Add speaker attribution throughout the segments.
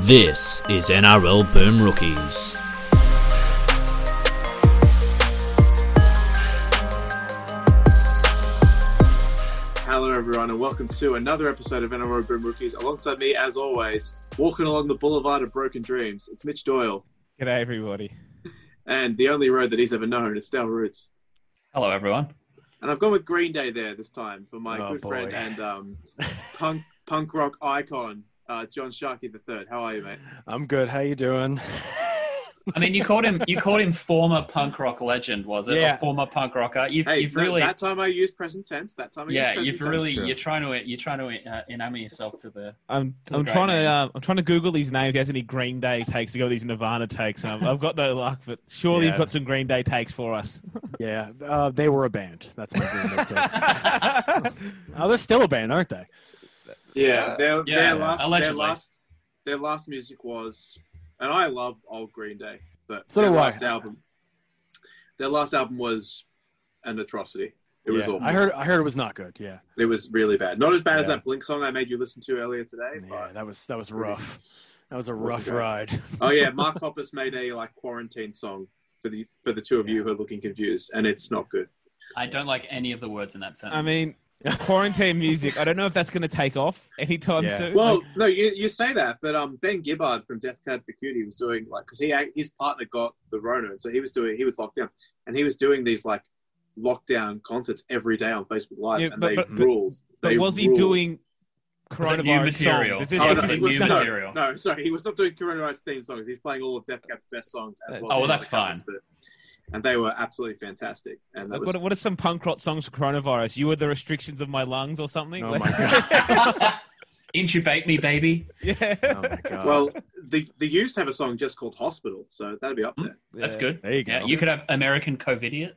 Speaker 1: This is NRL Boom Rookies.
Speaker 2: Hello, everyone, and welcome to another episode of NRL Boom Rookies. Alongside me, as always, walking along the boulevard of broken dreams, it's Mitch Doyle,
Speaker 3: G'day, everybody.
Speaker 2: and the only road that he's ever known is Dale Roots.
Speaker 4: Hello, everyone.
Speaker 2: And I've gone with Green Day there this time for my
Speaker 3: Oh,
Speaker 2: good friend
Speaker 3: boy.
Speaker 2: and um, punk punk rock icon, uh, John Sharkey III. How are you, mate?
Speaker 3: I'm good. How you doing?
Speaker 4: I mean, you called him you called him former punk rock legend, was it? Or
Speaker 3: Yeah.
Speaker 4: former punk rocker. You've,
Speaker 2: Hey,
Speaker 4: you've
Speaker 2: no,
Speaker 4: really,
Speaker 2: that time I used present tense. That time I
Speaker 4: yeah,
Speaker 2: used
Speaker 4: you've
Speaker 2: present
Speaker 4: really,
Speaker 2: tense.
Speaker 4: you're trying to you're trying to uh, enamor yourself to the.
Speaker 3: I'm
Speaker 4: Doing
Speaker 3: I'm
Speaker 4: great,
Speaker 3: trying
Speaker 4: man.
Speaker 3: to um, I'm trying to Google these names. If he has any Green Day takes to go with these Nirvana takes, and I've, I've got no luck. But surely
Speaker 5: Yeah.
Speaker 3: you've got some Green Day takes for us.
Speaker 5: Yeah, uh, they were a band. That's my dream. That's it. Oh, they're still a band, aren't they? Uh,
Speaker 2: Yeah, their,
Speaker 4: Yeah,
Speaker 2: their last, their
Speaker 4: allegedly.
Speaker 2: last, their last music was, and I love old Green Day, but
Speaker 5: So
Speaker 2: their
Speaker 5: do I.
Speaker 2: last album, their last album was an atrocity. It was
Speaker 5: Yeah,
Speaker 2: awful.
Speaker 5: I heard. I heard it was not good. Yeah,
Speaker 2: it was really bad. Not as bad as
Speaker 5: Yeah.
Speaker 2: that Blink song I made you listen to earlier today.
Speaker 5: yeah,
Speaker 2: But,
Speaker 5: that was that was rough. That was a
Speaker 2: Wasn't
Speaker 5: rough
Speaker 2: good.
Speaker 5: ride.
Speaker 2: oh yeah, Mark Hoppus made a like quarantine song for the for the two of you who are looking confused, and it's not good.
Speaker 4: I don't like any of the words in that sentence.
Speaker 3: I mean, quarantine music. I don't know if that's going to take off anytime
Speaker 5: Yeah.
Speaker 3: soon.
Speaker 2: Well, no, you, you say that, but um, Ben Gibbard from Death Cab for Cutie was doing like because he his partner got the Rona, and so he was doing he was locked down, and he was doing these like lockdown concerts every day on Facebook Live,
Speaker 3: Yeah,
Speaker 2: and
Speaker 3: but-
Speaker 2: they
Speaker 3: but- but-
Speaker 2: ruled.
Speaker 3: but
Speaker 2: they
Speaker 3: was he
Speaker 2: ruled.
Speaker 3: doing
Speaker 4: Was it new
Speaker 3: coronavirus
Speaker 4: material?
Speaker 3: songs? It's
Speaker 2: Oh,
Speaker 3: just-
Speaker 2: no,
Speaker 3: it's
Speaker 4: was it
Speaker 3: just-
Speaker 4: new
Speaker 2: it's
Speaker 3: no,
Speaker 2: not-
Speaker 4: material?
Speaker 2: No, sorry, he was not doing coronavirus theme songs. He's playing all of Death Cab for Best songs as well.
Speaker 4: Oh,
Speaker 2: as
Speaker 4: well, that's
Speaker 2: other covers, but- and they were absolutely fantastic. And that
Speaker 3: Like,
Speaker 2: was
Speaker 3: what, what are some punk rock songs for coronavirus? You were the restrictions of my lungs or something?
Speaker 5: Oh
Speaker 3: Like-
Speaker 5: my god.
Speaker 4: Intubate me, baby.
Speaker 3: yeah.
Speaker 5: Oh my god.
Speaker 2: well, the the used to have a song just called Hospital, so that'd be up there.
Speaker 4: That's good.
Speaker 5: There you go.
Speaker 4: Yeah, you could have American COVIDiot.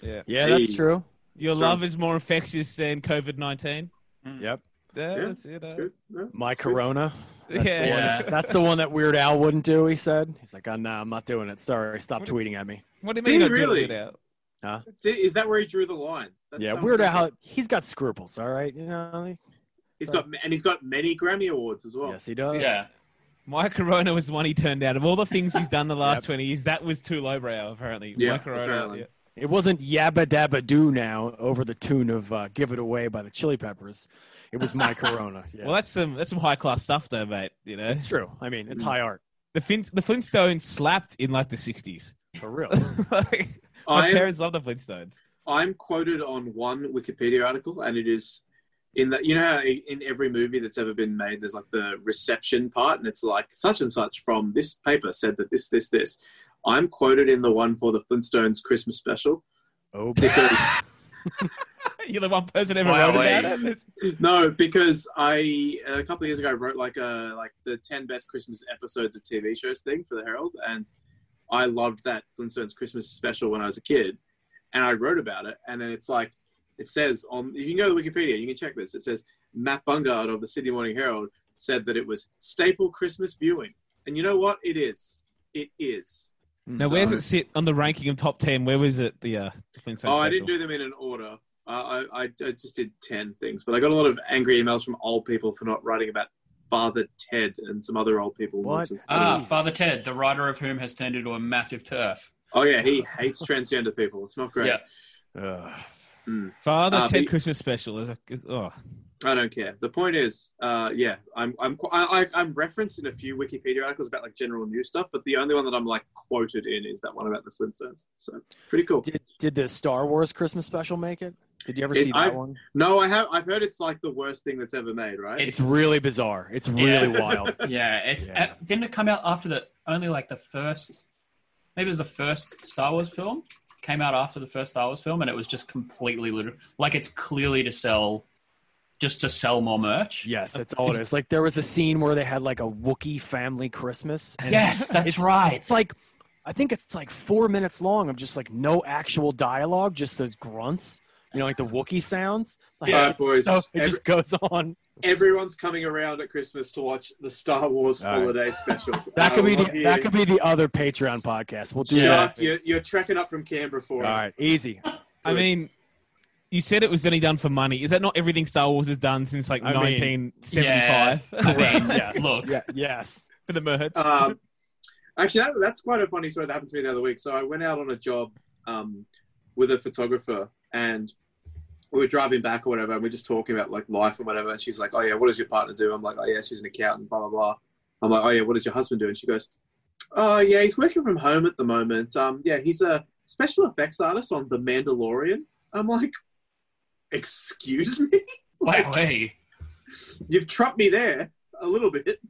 Speaker 3: Yeah.
Speaker 5: yeah, that's
Speaker 2: Hey.
Speaker 5: true.
Speaker 3: Your
Speaker 2: Strong.
Speaker 3: love is more infectious than COVID 19.
Speaker 5: Mm. Yep.
Speaker 2: Yeah, that's
Speaker 3: uh,
Speaker 2: It's
Speaker 3: Mm.
Speaker 2: good. No,
Speaker 5: My
Speaker 2: it's good.
Speaker 5: Corona. That's The one
Speaker 4: Yeah.
Speaker 5: that, that's the one that Weird Al wouldn't do. He said. He's like, oh, nah, I'm not doing it. Sorry, stop
Speaker 3: What-
Speaker 5: tweeting at me.
Speaker 3: What do you
Speaker 2: Did
Speaker 3: mean?
Speaker 2: he
Speaker 3: I didn't
Speaker 2: really?
Speaker 3: get out?
Speaker 2: Did- Is that where he drew the line? That's
Speaker 5: yeah,
Speaker 2: so
Speaker 5: Weird
Speaker 2: ridiculous.
Speaker 5: Al. He's got scruples. All right, you know.
Speaker 2: He's got and he's got many Grammy awards as well.
Speaker 5: yes, he does.
Speaker 4: Yeah.
Speaker 3: My Corona was one he turned down. Of all the things he's done the last
Speaker 5: Yep.
Speaker 3: 20 years, that was too lowbrow, apparently.
Speaker 2: Yeah,
Speaker 3: My Corona.
Speaker 2: apparently.
Speaker 3: yeah.
Speaker 5: It wasn't Yabba Dabba Doo now over the tune of uh, Give It Away by the Chili Peppers. It was My Corona. Yeah.
Speaker 3: Well, that's some that's some high class stuff, though, mate. You know,
Speaker 5: It's true. I mean, it's
Speaker 2: Mm.
Speaker 5: high art
Speaker 3: the fin- the Flintstones slapped in like the 60s.
Speaker 5: for real.
Speaker 3: like, my
Speaker 2: I'm
Speaker 3: parents love the Flintstones.
Speaker 2: I'm quoted on one Wikipedia article, and it is in that you know how i- in every movie that's ever been made, there's like the reception part, and it's like such and such from this paper said that this this this. I'm quoted in the one for the Flintstones Christmas special
Speaker 5: Oh,
Speaker 2: because
Speaker 3: You're the one person ever
Speaker 4: Why are
Speaker 3: wrote about
Speaker 4: we-
Speaker 3: it. That's-
Speaker 2: no, because I a couple of years ago I wrote like a like the ten best Christmas episodes of TV shows thing for the Herald, and I loved that Flintstones Christmas special when I was a kid, and I wrote about it. And then it's like it says on you can go to Wikipedia, you can check this. It says Matt Bungard of the Sydney Morning Herald said that it was staple Christmas viewing, and you know what? It is. It is.
Speaker 3: Now, where's it sit on the ranking of top 10? Where was it? The, uh, the Flintstones.
Speaker 2: oh, I didn't
Speaker 3: special?
Speaker 2: do them in an order. Uh, I, I I just did ten things, but I got a lot of angry emails from old people for not writing about Father Ted and some other old people.
Speaker 5: What?
Speaker 2: nonsense.
Speaker 4: Ah,
Speaker 5: Jesus.
Speaker 4: Father Ted, the writer of whom has turned into a massive turf.
Speaker 2: Oh yeah, he hates transgender people. It's not great.
Speaker 4: Yeah.
Speaker 5: Ugh.
Speaker 3: Father
Speaker 2: Uh,
Speaker 3: Ted
Speaker 2: but-
Speaker 3: Christmas special. Is a, is, oh.
Speaker 2: I don't care. The point is, uh, yeah, I'm I'm qu- I, I- I'm referenced in a few Wikipedia articles about like general news stuff, but the only one that I'm like quoted in is that one about the Flintstones. So pretty cool.
Speaker 5: Did did the Star Wars Christmas special make it? Did you ever
Speaker 2: It-
Speaker 5: see that
Speaker 2: I've-
Speaker 5: one?
Speaker 2: No, I have I've heard it's like the worst thing that's ever made, right?
Speaker 4: It-
Speaker 5: It's really bizarre. It's really
Speaker 4: Yeah.
Speaker 5: wild.
Speaker 4: Yeah, it's
Speaker 5: Yeah.
Speaker 4: uh, didn't it come out after the only like the first, maybe it was the first Star Wars film came out after the first Star Wars film, and it was just completely liter- like it's clearly to sell, just to sell more merch.
Speaker 5: Yes, that's all it is. Like there was a scene where they had like a Wookiee family Christmas. and
Speaker 4: Yes, that's
Speaker 5: it's-
Speaker 4: right.
Speaker 5: It's like I think it's like four minutes long of just like no actual dialogue, just those grunts. You know, like the Wookiee sounds. Like,
Speaker 2: All right, boys.
Speaker 5: so it
Speaker 2: Every-
Speaker 5: just goes on.
Speaker 2: everyone's coming around at Christmas to watch the Star Wars
Speaker 5: All right.
Speaker 2: holiday special.
Speaker 5: That could
Speaker 2: I
Speaker 5: be
Speaker 2: love
Speaker 5: the,
Speaker 2: you.
Speaker 5: that could be the other Patreon podcast. We'll do
Speaker 2: Shark,
Speaker 5: that.
Speaker 2: you're, you're trekking up from Canberra for
Speaker 5: All
Speaker 2: it.
Speaker 5: right, easy.
Speaker 3: I
Speaker 2: Good.
Speaker 3: mean, you said it was only done for money. Is that not everything Star Wars has done since like
Speaker 5: I mean,
Speaker 3: 1975?
Speaker 4: I mean,
Speaker 5: Yes.
Speaker 4: look,
Speaker 5: Yeah, yes.
Speaker 3: for the merch.
Speaker 2: Um, actually, that, that's quite a funny story that happened to me the other week. So I went out on a job um, with a photographer, and we were driving back or whatever, and we are just talking about like life and whatever. And she's like, "Oh yeah, what does your partner do?" I'm like, "Oh yeah, she's an accountant." Blah blah blah. I'm like, "Oh yeah, what does your husband do?" And she goes, "Oh yeah, he's working from home at the moment. Um, yeah, he's a special effects artist on The Mandalorian." I'm like, "Excuse me,
Speaker 4: By the way,
Speaker 2: you've trumped me there a little bit."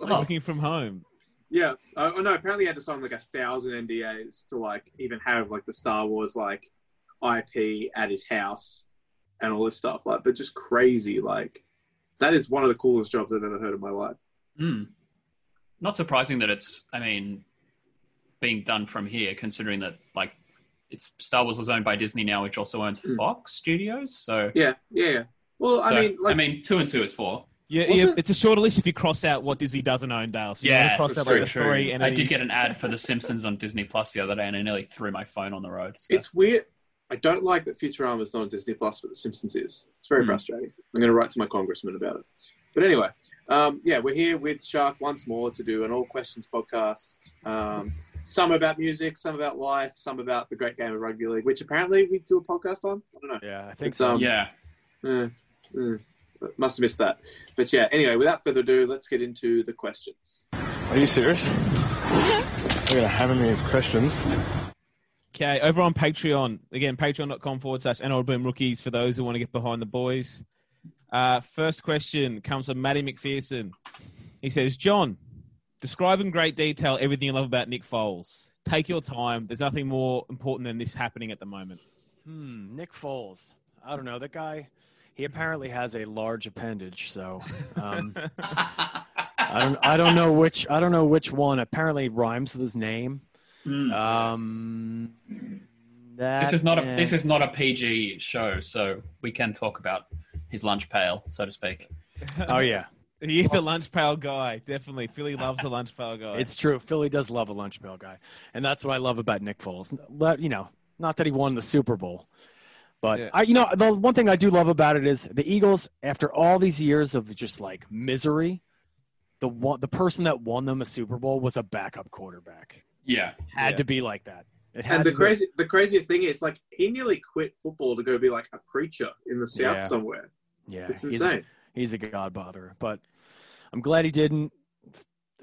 Speaker 4: oh,
Speaker 3: Working from home.
Speaker 2: Yeah. Uh, oh no. Apparently, I had to sign like a thousand NDAs to like even have like the Star Wars like IP at his house and all this stuff. Like, they're just crazy. Like, that is one of the coolest jobs I've ever heard in my life.
Speaker 4: mm. not surprising that it's. I mean, being done from here, considering that like it's Star Wars is owned by Disney now, which also owns
Speaker 2: Mm.
Speaker 4: Fox Studios. So,
Speaker 2: Yeah. Yeah. yeah. Well, I
Speaker 4: so,
Speaker 2: mean, like,
Speaker 4: I mean, two and two is four.
Speaker 3: Yeah,
Speaker 2: Was
Speaker 3: yeah,
Speaker 2: it-
Speaker 3: it's a shorter list if you cross out what Disney doesn't own, Dale. So you
Speaker 4: Yeah,
Speaker 3: wanna cross
Speaker 2: that's
Speaker 3: out
Speaker 2: true,
Speaker 3: like the
Speaker 4: true.
Speaker 3: three. And
Speaker 4: I did get an ad for The Simpsons on Disney Plus the other day, and I nearly threw my phone on the road. so-
Speaker 2: it's weird. I don't like that Futurama is not on Disney Plus, but The Simpsons is. It's very
Speaker 4: Hmm.
Speaker 2: frustrating. I'm going to write to my congressman about it. But anyway, um, yeah, we're here with Shark once more to do an all questions podcast. Um, some about music, some about life, some about the great game of rugby league, which apparently we do a podcast on. I don't know.
Speaker 5: Yeah, I think
Speaker 2: It's,
Speaker 5: so.
Speaker 2: um,
Speaker 4: yeah.
Speaker 2: Uh, uh, must have missed that. But yeah, anyway, without further ado, let's get into the questions.
Speaker 6: Are you serious? We're gonna hammer me with questions.
Speaker 3: Okay, over on Patreon. Again, patreon.com forward slash NRL Boom Rookies for those who want to get behind the boys. Uh, first question comes from Matty McPherson. He says, John, describe in great detail everything you love about Nick Foles. Take your time. There's nothing more important than this happening at the moment.
Speaker 5: Hmm, Nick Foles. I don't know that guy. He apparently has a large appendage, so um,
Speaker 4: Hmm.
Speaker 5: I don't. I don't know which. I don't know which one. Apparently rhymes with his name.
Speaker 4: Mm.
Speaker 3: Uh,
Speaker 5: Um,
Speaker 4: this is not a this
Speaker 5: is.
Speaker 4: is not a PG show, so we can talk about his lunch pail, so to speak.
Speaker 5: Oh yeah,
Speaker 3: He is a lunch pail guy, definitely. Philly loves a lunch pail guy.
Speaker 5: it's true. Philly does love a lunch bell guy, and that's what I love about Nick Foles. Let- You know, not that he won the Super Bowl, but
Speaker 3: Yeah.
Speaker 5: I, you know, the one thing I do love about it is the Eagles. After all these years of just like misery, the one the person that won them a Super Bowl was a backup quarterback.
Speaker 4: Yeah.
Speaker 5: Had
Speaker 3: Yeah.
Speaker 5: to be like that. It had
Speaker 2: And
Speaker 5: to
Speaker 2: the
Speaker 5: be.
Speaker 2: crazy, the craziest thing is, like, he nearly quit football to go be like a preacher in the south
Speaker 5: Yeah.
Speaker 2: somewhere.
Speaker 5: Yeah,
Speaker 2: It's
Speaker 5: he's-
Speaker 2: insane.
Speaker 5: he's a god bother, but I'm glad he didn't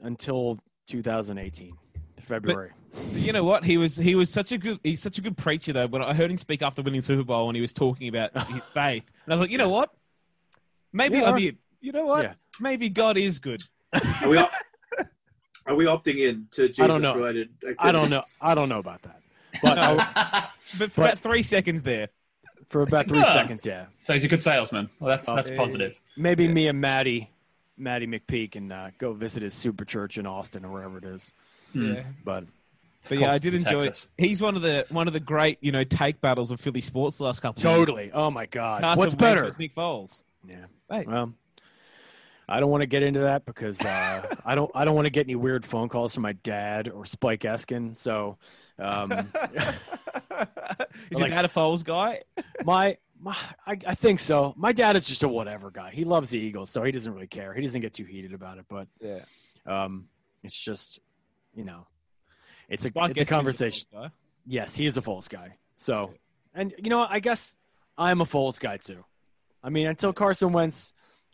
Speaker 5: until 2018 February.
Speaker 3: But you know what? He was he was such a good he's such a good preacher though. When I heard him speak after winning Super Bowl and he was talking about his faith, and I was like, you know what? Maybe
Speaker 5: Yeah.
Speaker 3: I'm here. You know what?
Speaker 5: Yeah.
Speaker 3: Maybe God is good.
Speaker 2: Are we, op- are we opting in to Jesus
Speaker 5: I don't know.
Speaker 2: related activities?
Speaker 5: I don't know. I don't know about that, but I,
Speaker 3: But for
Speaker 5: But-
Speaker 3: about three seconds there,
Speaker 5: for about three
Speaker 4: Yeah.
Speaker 5: seconds, yeah.
Speaker 4: so he's a good salesman. Well, that's that's
Speaker 3: Okay.
Speaker 4: positive.
Speaker 5: Maybe me and Maddie, Maddie McPeak, can uh, go visit his super church in Austin or wherever it is. Hmm.
Speaker 4: Mm.
Speaker 3: yeah.
Speaker 5: But
Speaker 3: But yeah, I did
Speaker 4: Austin,
Speaker 3: enjoy.
Speaker 4: Texas.
Speaker 3: He's one of the one of the great you know take battles of Philly sports the last couple. Of years.
Speaker 5: totally, oh my God,
Speaker 3: Carson
Speaker 5: what's
Speaker 3: Wentz
Speaker 5: better?
Speaker 3: versus Nick Foles.
Speaker 5: Yeah.
Speaker 3: Right.
Speaker 5: Well, I don't want to get into that because uh, I don't. I don't want to get any weird phone calls from my dad or Spike Eskin. So, um,
Speaker 3: is
Speaker 5: Like-
Speaker 3: your dad a Foles guy?
Speaker 5: my, my I, I think so. My dad is just a whatever guy. He loves the Eagles, so he doesn't really care. He doesn't get too heated about it. But
Speaker 3: Yeah.
Speaker 5: um, it's just, you know, it's a,
Speaker 3: Spike
Speaker 5: it's a
Speaker 3: Eskin's Foles
Speaker 5: conversation.
Speaker 3: guy.
Speaker 5: Yes, he is a Foles guy. So, and you know, what? I guess I'm a Foles guy too. I mean, until Carson Wentz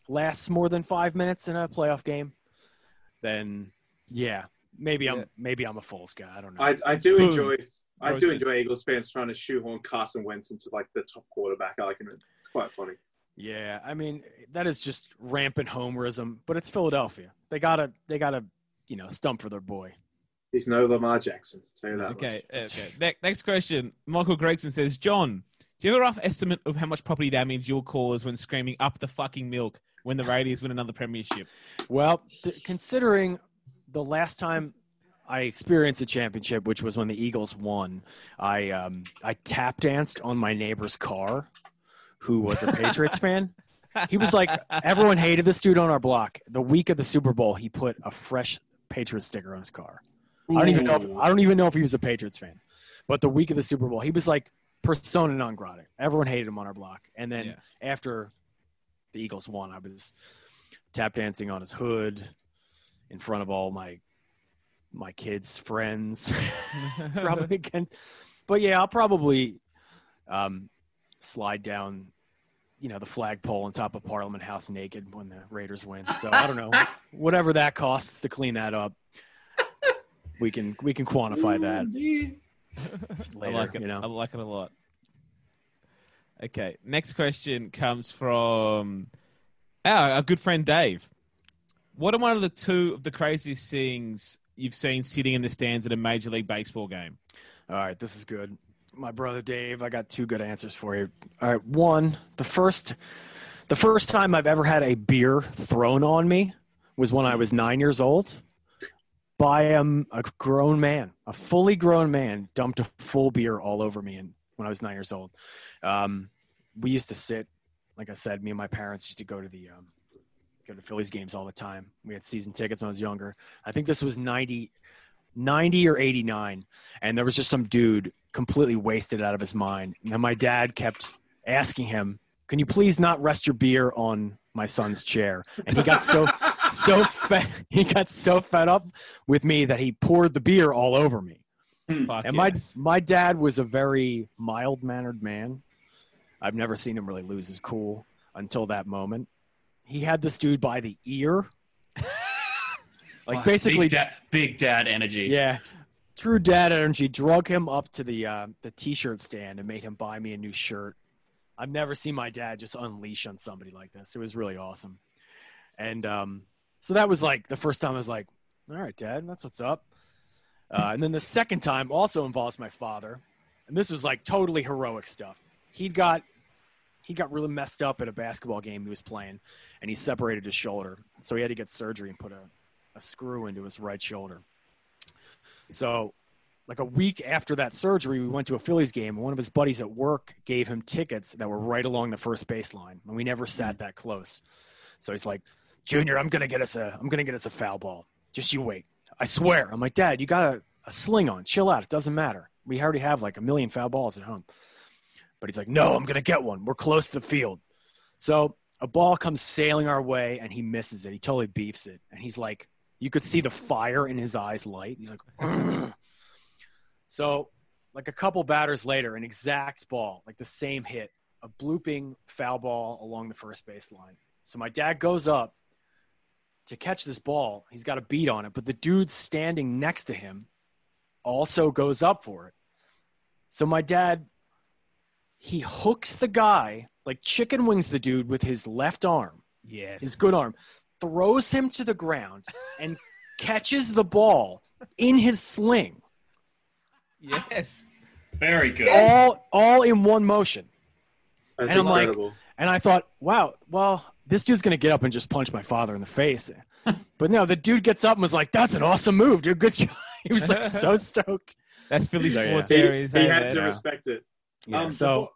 Speaker 5: lasts more than five minutes in a playoff game, then yeah, maybe
Speaker 3: Yeah.
Speaker 5: I'm maybe I'm a Foles guy. I don't know.
Speaker 2: I, I do
Speaker 3: Boom.
Speaker 2: enjoy. I do
Speaker 3: Roasted.
Speaker 2: enjoy Eagles fans trying to shoehorn Carson Wentz into like the top quarterback argument. It's quite funny.
Speaker 5: yeah, I mean, that is just rampant homerism. But it's Philadelphia. They gotta they gotta you know stump for their boy.
Speaker 2: He's no Lamar Jackson. I'll tell you that.
Speaker 3: Okay. Okay. Ne- next question. Michael Gregson says, John, do you have a rough estimate of how much property damage you'll cause when screaming up the fucking milk when the Raiders win another premiership?
Speaker 5: Well, th- considering the last time I experienced a championship, which was when the Eagles won, I um, I tap danced on my neighbor's car, who was a Patriots fan. He was like, everyone hated this dude on our block. The week of the Super Bowl, he put a fresh Patriots sticker on his car. I don't even know. If, I don't even know if he was a Patriots fan, but the week of the Super Bowl, he was like persona non grata. Everyone hated him on our block. And then
Speaker 3: Yeah.
Speaker 5: after the Eagles won, I was tap dancing on his hood, in front of all my my kids' friends. probably can, but yeah, I'll probably um, slide down, you know, the flagpole on top of Parliament House naked when the Raiders win. So I don't know, whatever that costs to clean that up, we can we can quantify that
Speaker 3: I
Speaker 5: later.
Speaker 3: like it.
Speaker 5: You know,
Speaker 3: I like it a lot. Okay. Next question comes from our, our good friend Dave. What are one of the two of the craziest things you've seen sitting in the stands at a Major League Baseball game?
Speaker 5: All right, this is good. My brother Dave, I got two good answers for you. All right, one, the first the first time I've ever had a beer thrown on me was when I was 9 years old by um, a grown man, a fully grown man dumped a full beer all over me and when I was 9 years old. Um, we used to sit like I said, me and my parents used to go to the um, go to Phillies games all the time. We had season tickets when I was younger. I think this was 90 90 or 89 and there was just some dude completely wasted out of his mind. And my dad kept asking him, "Can you please not rest your beer on my son's chair?" And he got so so fed, he got so fed up with me that he poured the beer all over me.
Speaker 3: Fuck
Speaker 5: And
Speaker 3: yes.
Speaker 5: my my dad was a very mild mannered man. I've never seen him really lose his cool until that moment. He had this dude by the ear, like
Speaker 4: Wow,
Speaker 5: basically
Speaker 4: big dad, big dad energy.
Speaker 5: yeah. True dad energy drug him up to the uh, the t-shirt stand and made him buy me a new shirt. I've never seen my dad just unleash on somebody like this. It was really awesome. And um, so that was like the first time I was like, "All right, dad, that's what's up." Uh, and then the second time also involves my father, and this was like totally heroic stuff. He got he got really messed up at a basketball game he was playing, and he separated his shoulder, so he had to get surgery and put a, a screw into his right shoulder. So, like a week after that surgery, we went to a Phillies game, and one of his buddies at work gave him tickets that were right along the first baseline, and we never sat that close. So he's like, "Junior, I'm gonna get us a, I'm gonna get us a foul ball. Just you wait. I swear." I'm like, "Dad, you got a, a sling on. Chill out. It doesn't matter. We already have like a million foul balls at home." But he's like, "No, I'm gonna get one. We're close to the field." So a ball comes sailing our way, and he misses it. He totally beefs it, and he's like, you could see the fire in his eyes light. He's like, "Ugh." so like a couple batters later, an exact ball, like the same hit, a blooping foul ball along the first baseline. So my dad goes up to catch this ball. He's got a beat on it, but the dude standing next to him also goes up for it. So my dad, he hooks the guy, like chicken wings the dude with his left arm
Speaker 3: Yes.
Speaker 5: his good arm, throws him to the ground and catches the ball in his sling,
Speaker 3: yes.
Speaker 4: Very good.
Speaker 5: all all in one motion.
Speaker 2: That's
Speaker 5: And I'm like-
Speaker 2: incredible.
Speaker 5: And I thought, wow, well, this dude's gonna get up and just punch my father in the face. but no, the dude gets up and was like, "That's an awesome move, dude. Good job." He was like so stoked.
Speaker 3: That's Philly
Speaker 5: Yeah, yeah.
Speaker 3: sports
Speaker 2: he,
Speaker 3: areas.
Speaker 2: he
Speaker 3: hey,
Speaker 2: had
Speaker 3: man.
Speaker 2: to
Speaker 5: Yeah.
Speaker 2: respect it.
Speaker 5: Yeah,
Speaker 2: Um,
Speaker 5: so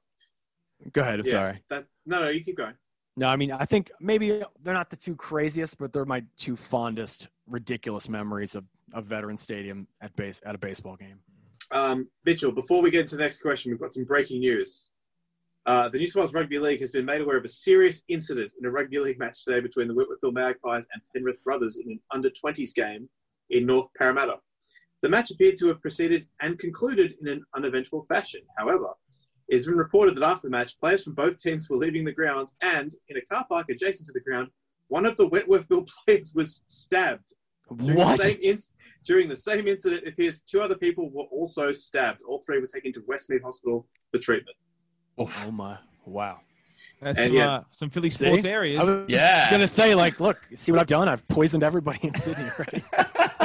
Speaker 5: go ahead. I'm
Speaker 2: yeah,
Speaker 5: sorry.
Speaker 2: That, no, no, you keep going.
Speaker 5: No, I mean, I think maybe they're not the two craziest, but they're my two fondest, ridiculous memories of a veteran stadium at base at a baseball game.
Speaker 2: Um, Mitchell, before we get into the next question, we've got some breaking news. Uh, the New South Wales Rugby League has been made aware of a serious incident in a rugby league match today between the Whitworthville Magpies and Penrith Brothers in an under 20s game in North Parramatta. The match appeared to have proceeded and concluded in an uneventful fashion. However, it has been reported that after the match, players from both teams were leaving the ground, and in a car park adjacent to the ground, one of the Whitworthville players was stabbed. During The
Speaker 5: What?
Speaker 2: same inc- during the same incident, it appears two other people were also stabbed. All three were taken to Westmead Hospital for treatment.
Speaker 4: Oof.
Speaker 5: Oh my! Wow.
Speaker 3: That's
Speaker 2: And
Speaker 3: some,
Speaker 2: yeah.
Speaker 3: uh, some Philly
Speaker 5: See?
Speaker 3: sports
Speaker 5: I
Speaker 3: areas.
Speaker 5: was
Speaker 4: Yeah.
Speaker 5: gonna say, like, look, see what I've done? I've poisoned everybody in Sydney already.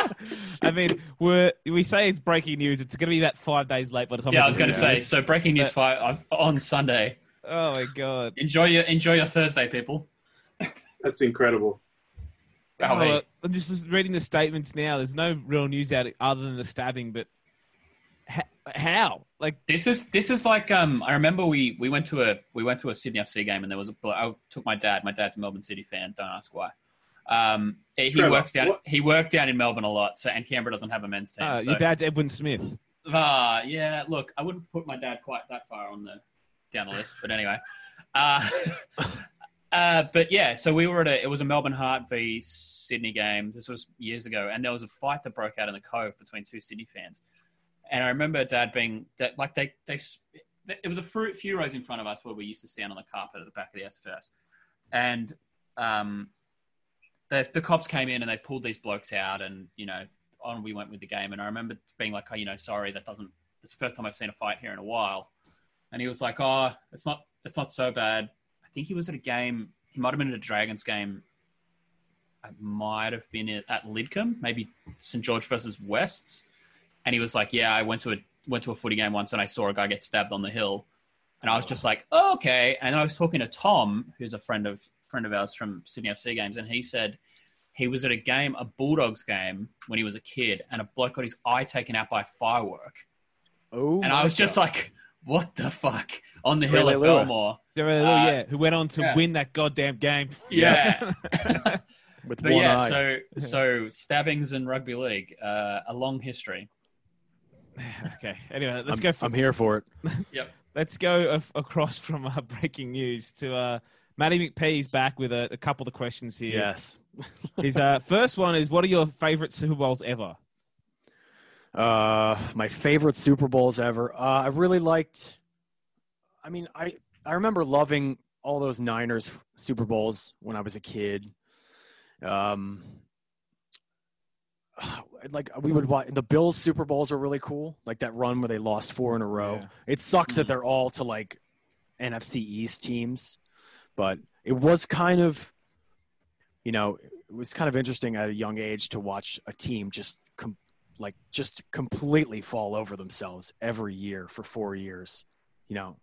Speaker 3: I mean, we're, we say it's breaking news. It's going to be about five days late by the time.
Speaker 4: Yeah,
Speaker 3: this
Speaker 4: I was going to
Speaker 3: is
Speaker 4: say.
Speaker 3: released.
Speaker 4: So breaking news
Speaker 3: But-
Speaker 4: five on- on Sunday.
Speaker 3: Oh my god.
Speaker 4: Enjoy your enjoy your Thursday, people.
Speaker 2: That's incredible.
Speaker 4: Wow,
Speaker 3: Oh,
Speaker 4: hey.
Speaker 3: uh, I'm just- just reading the statements now. There's no real news out other than the stabbing, but ha- how? Like,
Speaker 4: This is this is like um I remember we we went to a we went to a Sydney FC game and there was a I took my dad my dad's a Melbourne City fan don't ask why um he
Speaker 2: Trevor,
Speaker 4: works down
Speaker 2: what-
Speaker 4: he worked down in Melbourne a lot so and Canberra doesn't have a men's team
Speaker 3: uh,
Speaker 4: so
Speaker 3: your dad's Edwin Smith.
Speaker 4: Ah, yeah. Look, I wouldn't put my dad quite that far on the down the list, but anyway, uh, Uh, but yeah, so we were at a, it was a Melbourne Heart v Sydney game. This was years ago, and there was a fight that broke out in the Cove between two Sydney fans. And I remember Dad being that like they they s- it was a few, few rows in front of us where we used to stand on the carpet at the back of the SFS, and um, the the cops came in and they pulled these blokes out, and you know on we went with the game. And I remember being like, oh, you know, sorry, that doesn't. It's the first time I've seen a fight here in a while. And he was like, oh, it's not it's not so bad. I think he was at a game. He might have been at a Dragons game. I might have been at, at Lidcombe, maybe St George versus Wests. And he was like, "Yeah, I went to a went to a footy game once, and I saw a guy get stabbed on the hill." And I was just like, oh, "Okay." And I was talking to Tom, who's a friend of friend of ours from Sydney FC games, and he said he was at a game, a Bulldogs game, when he was a kid, and a bloke got his eye taken out by firework.
Speaker 5: Oh,
Speaker 4: and I was just like, "What the fuck?" On the
Speaker 5: It's
Speaker 4: hill
Speaker 5: really
Speaker 4: at
Speaker 5: Lua.
Speaker 4: Belmore.
Speaker 3: Jermaine, yeah, who went on to
Speaker 4: Uh, yeah.
Speaker 3: win that goddamn game.
Speaker 4: Yeah.
Speaker 5: with
Speaker 4: But
Speaker 5: one
Speaker 4: yeah,
Speaker 5: eye.
Speaker 4: so so stabbings in rugby league, uh, a long history.
Speaker 3: okay. Anyway, let's
Speaker 5: I'm,
Speaker 3: go. From,
Speaker 5: I'm here for it.
Speaker 3: let's go af- across from uh, breaking news to uh, Matty McPee's back with a, a couple of questions here.
Speaker 5: Yes.
Speaker 3: His uh, first one is, "What are your favorite Super Bowls ever?"
Speaker 5: Uh, my favorite Super Bowls ever. Uh, I really liked. I mean, I I remember loving all those Niners Super Bowls when I was a kid. Um, like we would watch the Bills Super Bowls are really cool. Like that run where they lost four in a row.
Speaker 3: Yeah.
Speaker 5: It sucks
Speaker 4: Mhm.
Speaker 5: that they're all to like NFC East teams, but it was kind of, you know, it was kind of interesting at a young age to watch a team just com- like just completely fall over themselves every year for four years. You know,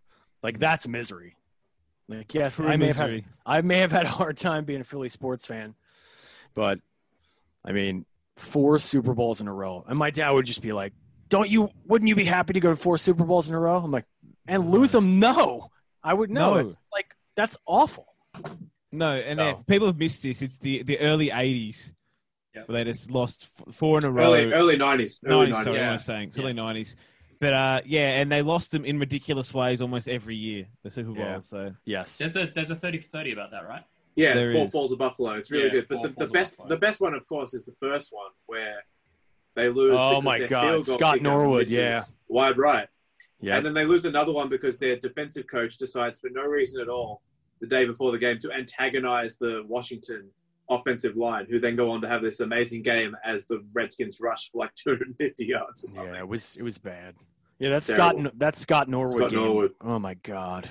Speaker 5: like that's misery. Like yes, I may have had
Speaker 3: Misery.
Speaker 5: I may have had a hard time being a Philly sports fan, but I mean, four Super Bowls in a row. And my dad would just be like, "Don't you? Wouldn't you be happy to go to four Super Bowls in a row?" I'm like, "And lose them? No, I would no.
Speaker 3: No.
Speaker 5: It's like that's awful."
Speaker 3: No, and
Speaker 5: No.
Speaker 2: Oh.
Speaker 3: if people have missed this. It's the the early '80s
Speaker 4: Yep.
Speaker 3: where they just lost f- four in a row.
Speaker 2: Early early nineties. Early
Speaker 3: 90s,
Speaker 2: nineties.
Speaker 3: sorry,
Speaker 2: Yeah.
Speaker 3: what I was saying. It's Early 90s. But uh, yeah, and they lost them in ridiculous ways almost every year, the Super Bowl.
Speaker 5: Yeah.
Speaker 3: So
Speaker 5: Yes.
Speaker 4: There's a there's a thirty for thirty about that, right?
Speaker 2: Yeah,
Speaker 3: There
Speaker 2: it's four
Speaker 3: is.
Speaker 2: falls of Buffalo. It's really
Speaker 4: Yeah,
Speaker 2: good. But
Speaker 4: Four
Speaker 2: the, the
Speaker 4: Falls of
Speaker 2: best
Speaker 4: Buffalo.
Speaker 2: the best one, of course, is the first one where they lose.
Speaker 5: Oh
Speaker 2: because
Speaker 5: my
Speaker 2: their
Speaker 5: God,
Speaker 2: field goal
Speaker 5: Scott
Speaker 2: kicker
Speaker 5: Norwood,
Speaker 2: misses
Speaker 5: yeah.
Speaker 2: wide right,
Speaker 5: yeah.
Speaker 2: and then they lose another one because their defensive coach decides for no reason at all the day before the game to antagonize the Washington offensive line, who then go on to have this amazing game as the Redskins rush for like 250 yards or something.
Speaker 5: yeah. It was it was bad. Yeah, that's
Speaker 2: Terrible.
Speaker 5: Scott. That's Scott Norwood.
Speaker 2: Scott
Speaker 5: game.
Speaker 2: Norwood.
Speaker 5: Oh my god.